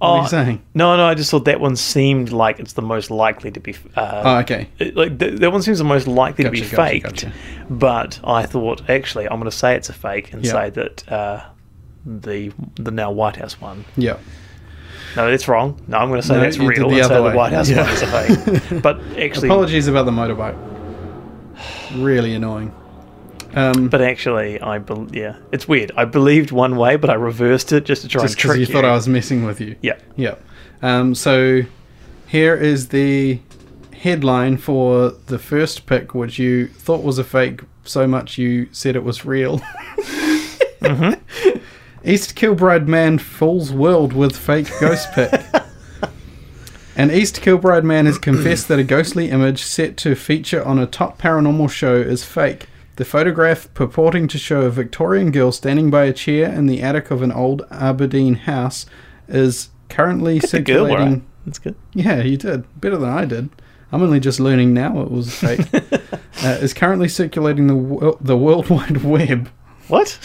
[SPEAKER 2] Oh,
[SPEAKER 1] What are you saying?
[SPEAKER 2] no, no, I just thought that one seemed like it's the most likely to be. Uh,
[SPEAKER 1] Oh, okay.
[SPEAKER 2] it- like th- that one seems the most likely to be
[SPEAKER 1] Gotcha, gotcha,
[SPEAKER 2] faked,
[SPEAKER 1] gotcha.
[SPEAKER 2] but I thought actually I'm going to say it's a fake and
[SPEAKER 1] Yeah.
[SPEAKER 2] say that uh, the the now White House one
[SPEAKER 1] Yeah.
[SPEAKER 2] No, it's wrong. No, I'm going to say
[SPEAKER 1] No,
[SPEAKER 2] that's
[SPEAKER 1] you did
[SPEAKER 2] real
[SPEAKER 1] the
[SPEAKER 2] and say
[SPEAKER 1] other way.
[SPEAKER 2] the White House
[SPEAKER 1] Yeah. *laughs*
[SPEAKER 2] one is a fake. But actually,
[SPEAKER 1] Apologies about the motorbike. Really annoying. Um,
[SPEAKER 2] but actually, I bel yeah, it's weird. I believed one way, but I reversed it just to try
[SPEAKER 1] just
[SPEAKER 2] and trick
[SPEAKER 1] because
[SPEAKER 2] you.
[SPEAKER 1] you thought I was messing with you.
[SPEAKER 2] Yeah,
[SPEAKER 1] Yeah. Um, so here is the headline for the first pick, which you thought was a fake so much you said it was
[SPEAKER 2] *laughs*
[SPEAKER 1] real.
[SPEAKER 2] Mm-hmm.
[SPEAKER 1] *laughs*
[SPEAKER 2] *laughs*
[SPEAKER 1] East Kilbride man fools world with fake ghost pick. An East Kilbride man has confessed that a ghostly image set to feature on a top paranormal show is fake. The photograph purporting to show a Victorian girl standing by a chair in the attic of an old Aberdeen house is currently
[SPEAKER 2] Get the girl
[SPEAKER 1] circulating.
[SPEAKER 2] right. That's good.
[SPEAKER 1] Yeah, you did. Better than I did. I'm only just learning now it was fake. uh, is currently circulating the, wo- the World Wide Web, *laughs*
[SPEAKER 2] What? *laughs*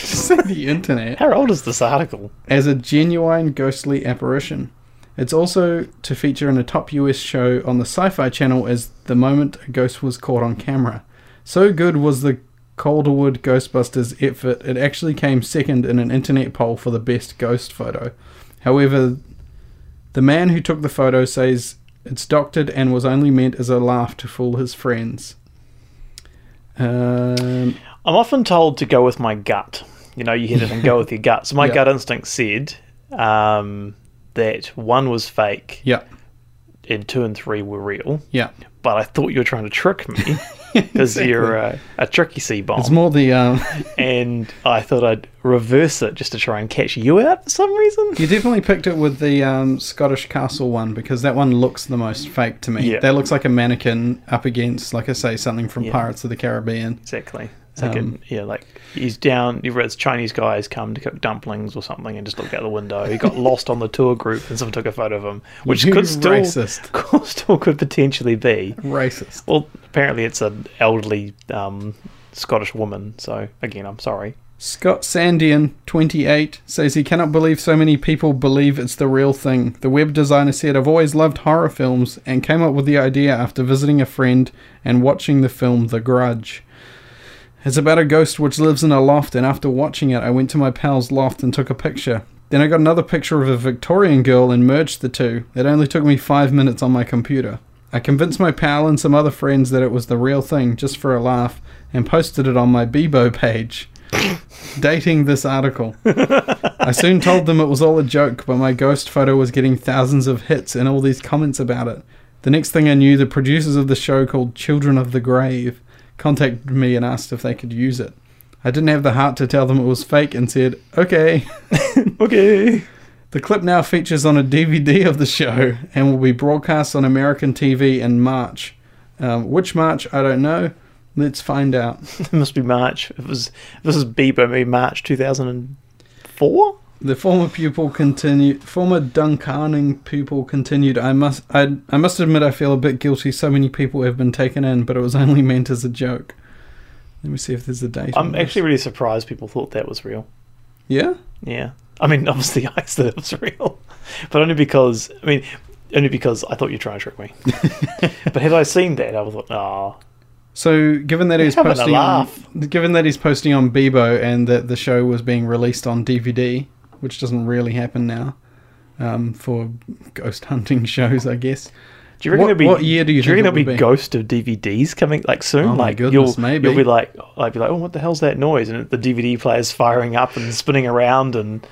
[SPEAKER 1] the internet,
[SPEAKER 2] How old is this article?
[SPEAKER 1] as a genuine ghostly apparition. It's also to feature in a top US show on the Sci Fi Channel as the moment a ghost was caught on camera. So good was the Calderwood Ghostbusters effort, it actually came second in an internet poll for the best ghost photo. However, the man who took the photo says it's doctored and was only meant as a laugh to fool his friends. Um,
[SPEAKER 2] I'm often told to go with my gut. You know, you hit it and go with your gut. So
[SPEAKER 1] *laughs*
[SPEAKER 2] my
[SPEAKER 1] Yeah.
[SPEAKER 2] gut instinct said um, that one was fake
[SPEAKER 1] yeah,
[SPEAKER 2] and two and three were real.
[SPEAKER 1] yeah.
[SPEAKER 2] But I thought you were trying to trick
[SPEAKER 1] *laughs*
[SPEAKER 2] me because you're a, a tricky C
[SPEAKER 1] It's
[SPEAKER 2] bomb.
[SPEAKER 1] more the. Um, *laughs*
[SPEAKER 2] and I thought I'd reverse it just to try and catch you out for some reason.
[SPEAKER 1] You definitely picked it with the um, Scottish castle one because that one looks the most fake to me.
[SPEAKER 2] Yeah.
[SPEAKER 1] That looks like a mannequin up against, like I say, something from
[SPEAKER 2] Yeah.
[SPEAKER 1] Pirates of the Caribbean.
[SPEAKER 2] Exactly. It's like,
[SPEAKER 1] Um,
[SPEAKER 2] a, yeah, like he's down. You've read Chinese guys come to cook dumplings or something and just looked out the window.
[SPEAKER 1] *laughs*
[SPEAKER 2] He got lost on the tour group and someone took a photo of him, which
[SPEAKER 1] You
[SPEAKER 2] could still,
[SPEAKER 1] racist.
[SPEAKER 2] *laughs* could still could potentially be.
[SPEAKER 1] Racist.
[SPEAKER 2] Well, apparently it's an elderly um, Scottish woman. So again,
[SPEAKER 1] *laughs*
[SPEAKER 2] I'm sorry.
[SPEAKER 1] Scott Sandian, 28, says he cannot believe so many people believe it's the real thing. The web designer said, I've always loved horror films and came up with the idea after visiting a friend and watching the film The Grudge. It's about a ghost which lives in a loft, and after watching it, I went to my pal's loft and took a picture. Then I got another picture of a Victorian girl and merged the two. It only took me five minutes on my computer. I convinced my pal and some other friends that it was the real thing just for a laugh and posted it on my Bebo page dating this article. I soon told them it was all a joke, but my ghost photo was getting thousands of hits and all these comments about it. The next thing I knew, the producers of the show called Children of the Grave contacted me and asked if they could use it. I didn't have the heart to tell them it was fake and said, okay. *laughs*
[SPEAKER 2] Okay.
[SPEAKER 1] The clip now features on a DVD of the show and will be broadcast on American TV in March. Um, which March, I don't know. Let's find out.
[SPEAKER 2] It must be March. It was. This is Bieber. Maybe March 2004.
[SPEAKER 1] The former pupil continued. Former Duncarning pupil continued. I must. I. I must admit, I feel a bit guilty. So many people have been taken in, but it was only meant as a joke. Let me see if there's a date. on
[SPEAKER 2] I'm
[SPEAKER 1] this.
[SPEAKER 2] actually really surprised people thought that was real.
[SPEAKER 1] Yeah.
[SPEAKER 2] Yeah. I mean, *laughs* obviously I said it was real, but only because I mean, only because I thought you were trying to trick
[SPEAKER 1] *laughs*
[SPEAKER 2] me. but had I seen that, I would have thought, oh,
[SPEAKER 1] So, given that he's
[SPEAKER 2] Having a
[SPEAKER 1] posting, on,
[SPEAKER 2] laugh.
[SPEAKER 1] given that he's posting on Bebo, and that the show was being released on DVD, which doesn't really happen now, um, for ghost hunting *laughs* shows, I guess.
[SPEAKER 2] do you reckon
[SPEAKER 1] What-
[SPEAKER 2] there'll be
[SPEAKER 1] what year do you
[SPEAKER 2] reckon
[SPEAKER 1] think it
[SPEAKER 2] there'll be,
[SPEAKER 1] would be?
[SPEAKER 2] ghost of DVDs coming like soon?
[SPEAKER 1] Oh my
[SPEAKER 2] like
[SPEAKER 1] goodness,
[SPEAKER 2] you'll
[SPEAKER 1] maybe.
[SPEAKER 2] you'll be like, like be like, oh, what the hell's that noise? And the DVD player's firing up and spinning around, and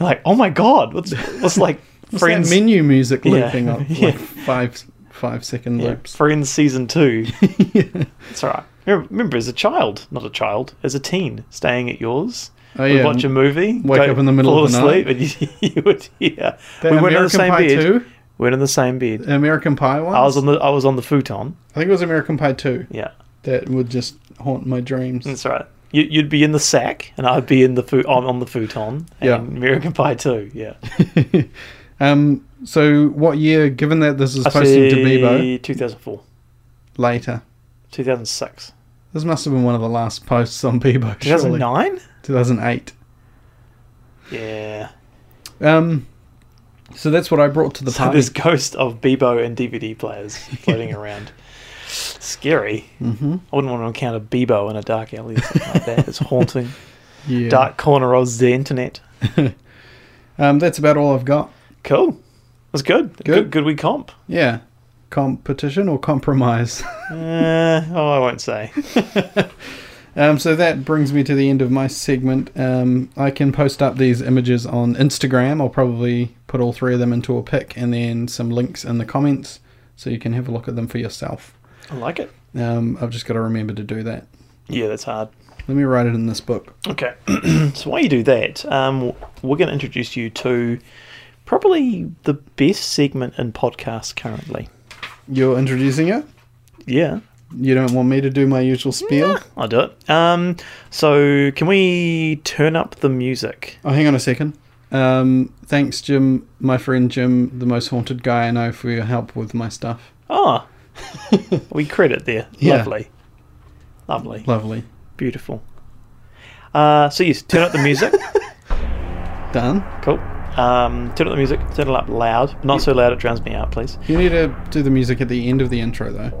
[SPEAKER 2] you're like, oh my god, what's what's like
[SPEAKER 1] *laughs* What's that
[SPEAKER 2] Friends
[SPEAKER 1] menu music
[SPEAKER 2] Yeah.
[SPEAKER 1] looping up
[SPEAKER 2] *laughs* Yeah.
[SPEAKER 1] like five five second
[SPEAKER 2] yeah,
[SPEAKER 1] loops.
[SPEAKER 2] Friends
[SPEAKER 1] *laughs*
[SPEAKER 2] season two. It's all right. Remember, remember, as a child, not a child, as a teen, staying at yours.
[SPEAKER 1] Oh,
[SPEAKER 2] we'd
[SPEAKER 1] yeah,
[SPEAKER 2] watch a movie.
[SPEAKER 1] wake up in the middle
[SPEAKER 2] fall
[SPEAKER 1] of the night.
[SPEAKER 2] asleep, and you, *laughs* you would hear.
[SPEAKER 1] That
[SPEAKER 2] we weren't in the
[SPEAKER 1] American
[SPEAKER 2] same
[SPEAKER 1] Pie
[SPEAKER 2] bed.
[SPEAKER 1] 2?
[SPEAKER 2] We We're in the same bed.
[SPEAKER 1] American Pie one.
[SPEAKER 2] I was on the I was on the futon.
[SPEAKER 1] I think it was American Pie 2
[SPEAKER 2] Yeah,
[SPEAKER 1] that would just haunt my dreams.
[SPEAKER 2] that's all right. You, you'd be in the sack, and I'd be in the fu- on, on the futon. And
[SPEAKER 1] Yeah.
[SPEAKER 2] American Pie too. Yeah,
[SPEAKER 1] *laughs* Um, so, what year, given that this is
[SPEAKER 2] Mm. I
[SPEAKER 1] posted to
[SPEAKER 2] say
[SPEAKER 1] Bebo
[SPEAKER 2] 2004,
[SPEAKER 1] later,
[SPEAKER 2] 2006,
[SPEAKER 1] this must have been one of the last posts on Bebo. surely.
[SPEAKER 2] 2009.
[SPEAKER 1] 2008.
[SPEAKER 2] Yeah,
[SPEAKER 1] Um, so, that's what I brought to the
[SPEAKER 2] so
[SPEAKER 1] party.
[SPEAKER 2] this ghost of Bebo and DVD
[SPEAKER 1] *laughs*
[SPEAKER 2] players floating around. Scary.
[SPEAKER 1] hmm
[SPEAKER 2] I wouldn't want to encounter Bebo in a dark alley or something like
[SPEAKER 1] *laughs*
[SPEAKER 2] that. It's haunting.
[SPEAKER 1] yeah.
[SPEAKER 2] Dark corner of the internet.
[SPEAKER 1] *laughs* Um, that's about all I've got.
[SPEAKER 2] Cool. That's good. Good.
[SPEAKER 1] Good.
[SPEAKER 2] Good, we comp.
[SPEAKER 1] Yeah. Competition or compromise? *laughs*
[SPEAKER 2] Uh, oh, I won't say.
[SPEAKER 1] Um, so that brings me to the end of my segment. Um, I can post up these images on Instagram. I'll probably put all three of them into a pic and then some links in the comments so you can have a look at them for yourself.
[SPEAKER 2] I like it.
[SPEAKER 1] Um, I've just got to remember to do that.
[SPEAKER 2] Yeah, that's hard.
[SPEAKER 1] Let me write it in this book.
[SPEAKER 2] *clears throat* Okay. so while you do that, um, we're going to introduce you to probably the best segment in podcasts currently.
[SPEAKER 1] You're introducing it?
[SPEAKER 2] Yeah.
[SPEAKER 1] You don't want me to do my usual spiel?
[SPEAKER 2] I'll do it. Um, so can we turn up the music?
[SPEAKER 1] Oh, hang on a second. Um, thanks, Jim, my friend Jim, the most haunted guy I know, for your help with my stuff.
[SPEAKER 2] Ah, we credit there.
[SPEAKER 1] Yeah.
[SPEAKER 2] Lovely, lovely,
[SPEAKER 1] Lovely.
[SPEAKER 2] beautiful. Uh, so yes, turn up the music.
[SPEAKER 1] Done.
[SPEAKER 2] cool. Um, turn up the music. Turn it up loud. Not so loud it drowns me out, please.
[SPEAKER 1] You need to do the music at the end of the intro, though.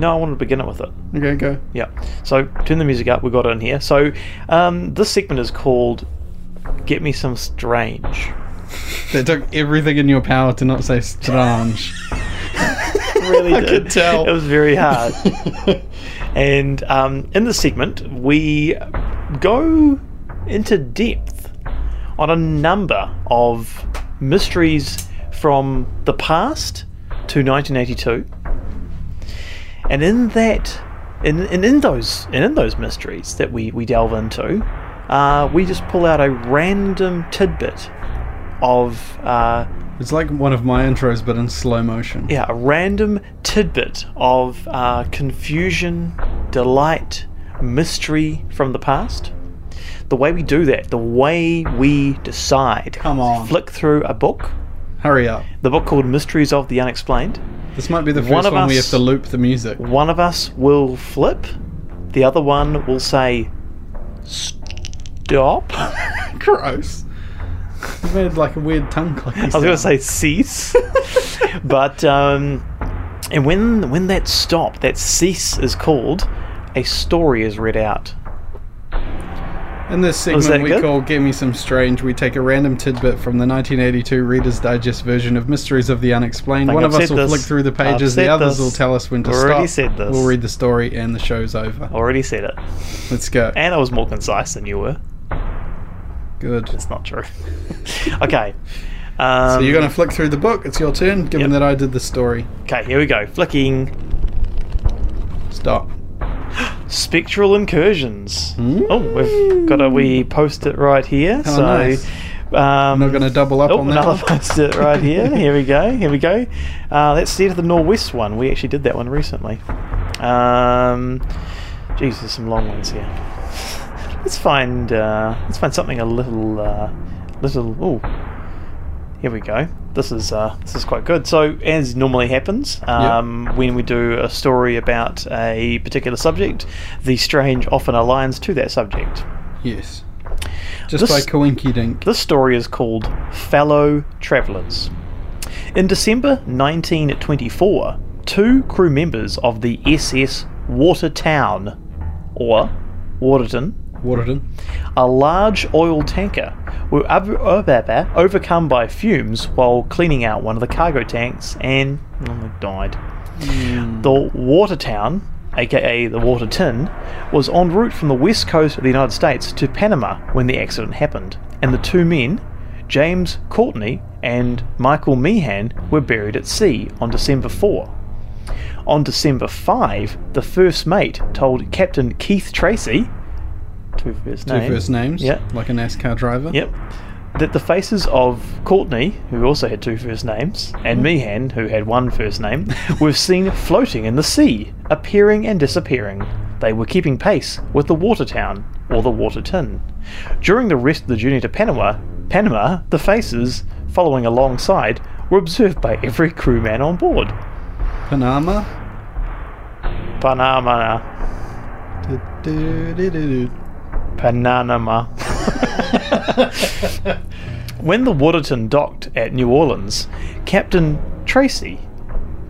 [SPEAKER 2] No, I want to begin it with it.
[SPEAKER 1] Okay, go.
[SPEAKER 2] Yeah. So turn the music up. We got it in here. So um, this segment is called "Get Me Some Strange."
[SPEAKER 1] That took everything in your power to not say strange.
[SPEAKER 2] *laughs* really
[SPEAKER 1] I
[SPEAKER 2] did.
[SPEAKER 1] could tell.
[SPEAKER 2] It was very
[SPEAKER 1] *laughs*
[SPEAKER 2] hard. and um, in this segment, we go into depth on a number of mysteries from the past to 1982. And in that, in, and in those, and in those mysteries that we, we delve into, uh, we just pull out a random tidbit of uh,
[SPEAKER 1] It's like one of my intros, but in slow motion.
[SPEAKER 2] yeah, a random tidbit of uh, confusion, delight, mystery from the past. The way we do that, the way we decide.
[SPEAKER 1] Come on.
[SPEAKER 2] Flick through a book,
[SPEAKER 1] Hurry up.
[SPEAKER 2] the book called Mysteries of the Unexplained.
[SPEAKER 1] This might be the first
[SPEAKER 2] One
[SPEAKER 1] one,
[SPEAKER 2] of
[SPEAKER 1] we have
[SPEAKER 2] us-
[SPEAKER 1] to loop the music. *laughs*
[SPEAKER 2] One of us will flip, the other one will say, Stop. *laughs* I
[SPEAKER 1] Gross. You made like a weird tongue click. I
[SPEAKER 2] was going to say cease. *laughs* but, um, and when, when that stop, that cease is called, a story is read out.
[SPEAKER 1] In this
[SPEAKER 2] that
[SPEAKER 1] segment we
[SPEAKER 2] good?
[SPEAKER 1] call Give Me Some Strange, we take a random tidbit from the 1982 Reader's Digest version of Mysteries of the Unexplained.
[SPEAKER 2] Like,
[SPEAKER 1] One
[SPEAKER 2] I've
[SPEAKER 1] of us
[SPEAKER 2] said
[SPEAKER 1] will
[SPEAKER 2] this.
[SPEAKER 1] flick through the
[SPEAKER 2] I've
[SPEAKER 1] pages,
[SPEAKER 2] said
[SPEAKER 1] the others
[SPEAKER 2] this.
[SPEAKER 1] will tell us when to
[SPEAKER 2] Already
[SPEAKER 1] stop.
[SPEAKER 2] said this.
[SPEAKER 1] We'll read the story and the show's over.
[SPEAKER 2] Already said it.
[SPEAKER 1] Let's go.
[SPEAKER 2] And I was more concise than you were.
[SPEAKER 1] Good.
[SPEAKER 2] It's not true. *laughs* okay. Um,
[SPEAKER 1] so you're going to flick through the book. It's your turn, given
[SPEAKER 2] Yep.
[SPEAKER 1] that I did the story.
[SPEAKER 2] Okay, here we go. Flicking
[SPEAKER 1] Stop.
[SPEAKER 2] spectral incursions.
[SPEAKER 1] Mm.
[SPEAKER 2] Oh, we've got a wee post it right here.
[SPEAKER 1] Oh,
[SPEAKER 2] so.
[SPEAKER 1] nice.
[SPEAKER 2] Um,
[SPEAKER 1] I'm not going to double up
[SPEAKER 2] Oh,
[SPEAKER 1] on that.
[SPEAKER 2] another
[SPEAKER 1] one.
[SPEAKER 2] *laughs* post it
[SPEAKER 1] *laughs*
[SPEAKER 2] right here. Here we go. Here we go. Uh, let's see to the Norwest one. We actually did that one recently. Um, geez, there's some long ones here. Let's find uh, let's find something a little uh, little. Oh, here we go. This is uh, this is quite good. So as normally happens um, when we do a story about a particular subject, the strange often aligns to that subject.
[SPEAKER 1] Yes. Just
[SPEAKER 2] This-
[SPEAKER 1] by coinky dink.
[SPEAKER 2] This story is called Fellow Travellers. In December 1924, two crew members of the SS Watertown, or Waterton,
[SPEAKER 1] Waterton.
[SPEAKER 2] a large oil tanker, were ob- ob- ob- overcome by fumes while cleaning out one of the cargo tanks and oh, died. The Watertown, aka the Waterton, was en route from the west coast of the United States to Panama when the accident happened, and the two men, James Courtney and Michael Meehan, were buried at sea on December 4. On December 5, the first mate told Captain Keith Tracy, two first
[SPEAKER 1] Two
[SPEAKER 2] names,
[SPEAKER 1] first names.
[SPEAKER 2] Yeah.
[SPEAKER 1] Like a NASCAR driver.
[SPEAKER 2] Yep. That the faces of Courtney, who also had two first names, and Meehan, who had one first name, *laughs* were seen floating in the sea, appearing and disappearing. They were keeping pace with the Watertown, or the Waterton. During the rest of the journey to Panama, Panama, the faces, following alongside, were observed by every crewman on board.
[SPEAKER 1] Panama.
[SPEAKER 2] Panama.
[SPEAKER 1] Du-du-du-du-du.
[SPEAKER 2] Panama. When the Waterton docked at New Orleans, Captain Tracy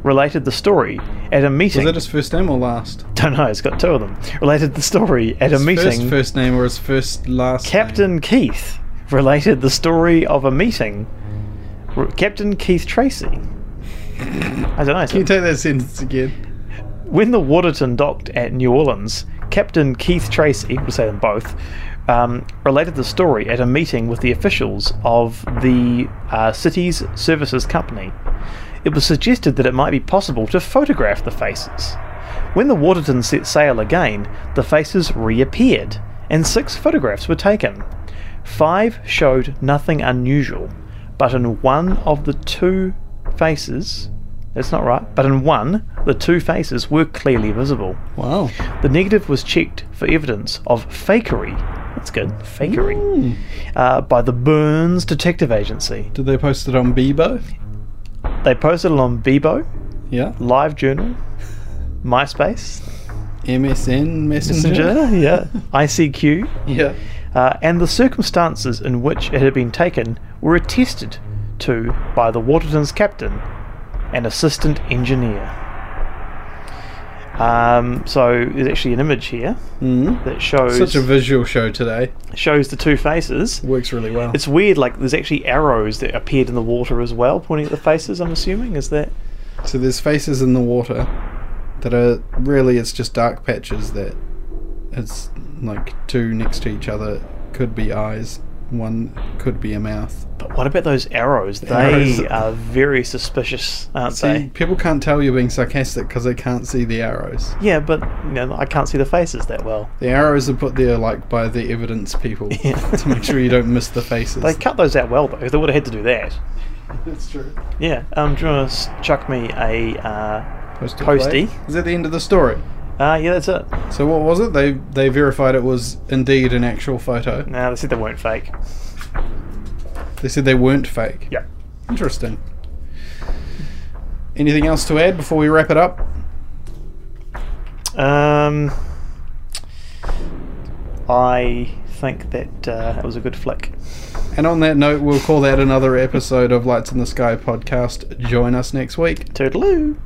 [SPEAKER 2] related the story at a meeting.
[SPEAKER 1] Is that his first name or last?
[SPEAKER 2] Don't know, it's got two of them. Related the story at a
[SPEAKER 1] His
[SPEAKER 2] meeting.
[SPEAKER 1] First first name or his first last
[SPEAKER 2] Captain Keith related the story of a meeting. R- Captain Keith Tracy. I don't know. it's
[SPEAKER 1] Name? *laughs* Can you take that sentence again?
[SPEAKER 2] when the Waterton docked at New Orleans, Captain Keith Tracy, we'll say them both, um, related the story at a meeting with the officials of the uh, city's services company. It was suggested that it might be possible to photograph the faces. When the Waterton set sail again, the faces reappeared, and six photographs were taken. Five showed nothing unusual, but in one of the two faces, that's not right, but in one, the two faces were clearly visible.
[SPEAKER 1] Wow.
[SPEAKER 2] The negative was checked for evidence of fakery. That's good, fakery.
[SPEAKER 1] Hmm.
[SPEAKER 2] Uh, by the Burns Detective Agency.
[SPEAKER 1] Did they post it on Bebo?
[SPEAKER 2] They posted it on Bebo,
[SPEAKER 1] Yeah.
[SPEAKER 2] LiveJournal, MySpace,
[SPEAKER 1] MSN Messenger.
[SPEAKER 2] Messenger, yeah, ICQ,
[SPEAKER 1] Yeah.
[SPEAKER 2] uh, and the circumstances in which it had been taken were attested to by the Waterton's captain and assistant engineer. Um, so there's actually an image here
[SPEAKER 1] Mm.
[SPEAKER 2] that shows
[SPEAKER 1] Such a visual show today.
[SPEAKER 2] shows the two faces.
[SPEAKER 1] Works really well.
[SPEAKER 2] It's weird, like there's actually arrows that appeared in the water as well, pointing at the faces. I'm assuming is that
[SPEAKER 1] so there's faces in the water that are really it's just dark patches that it's like two next to each other could be eyes, one could be a mouth.
[SPEAKER 2] But what about those arrows? They
[SPEAKER 1] arrows.
[SPEAKER 2] are very suspicious, aren't
[SPEAKER 1] See,
[SPEAKER 2] they?
[SPEAKER 1] people can't tell you're being sarcastic because they can't see the arrows.
[SPEAKER 2] Yeah, but you know, I can't see the faces that well.
[SPEAKER 1] The arrows are put there like by the evidence people
[SPEAKER 2] *laughs* Yeah.
[SPEAKER 1] to make sure you don't miss the faces.
[SPEAKER 2] They cut those out well though. They would have had to do that.
[SPEAKER 1] That's true.
[SPEAKER 2] Yeah. Um, do you want to chuck me a? Uh,
[SPEAKER 1] Posty.
[SPEAKER 2] Posty.
[SPEAKER 1] plate. Is that the end of the story?
[SPEAKER 2] uh yeah, that's it.
[SPEAKER 1] So what was it? They they verified it was indeed an actual photo.
[SPEAKER 2] No, they said they weren't fake.
[SPEAKER 1] They said they weren't fake.
[SPEAKER 2] Yeah.
[SPEAKER 1] Interesting. Anything else to add before we wrap it up?
[SPEAKER 2] Um, I think that uh, that was a good flick.
[SPEAKER 1] And on that note, we'll call that another episode of Lights in the Sky podcast. Join us next week.
[SPEAKER 2] Toodaloo.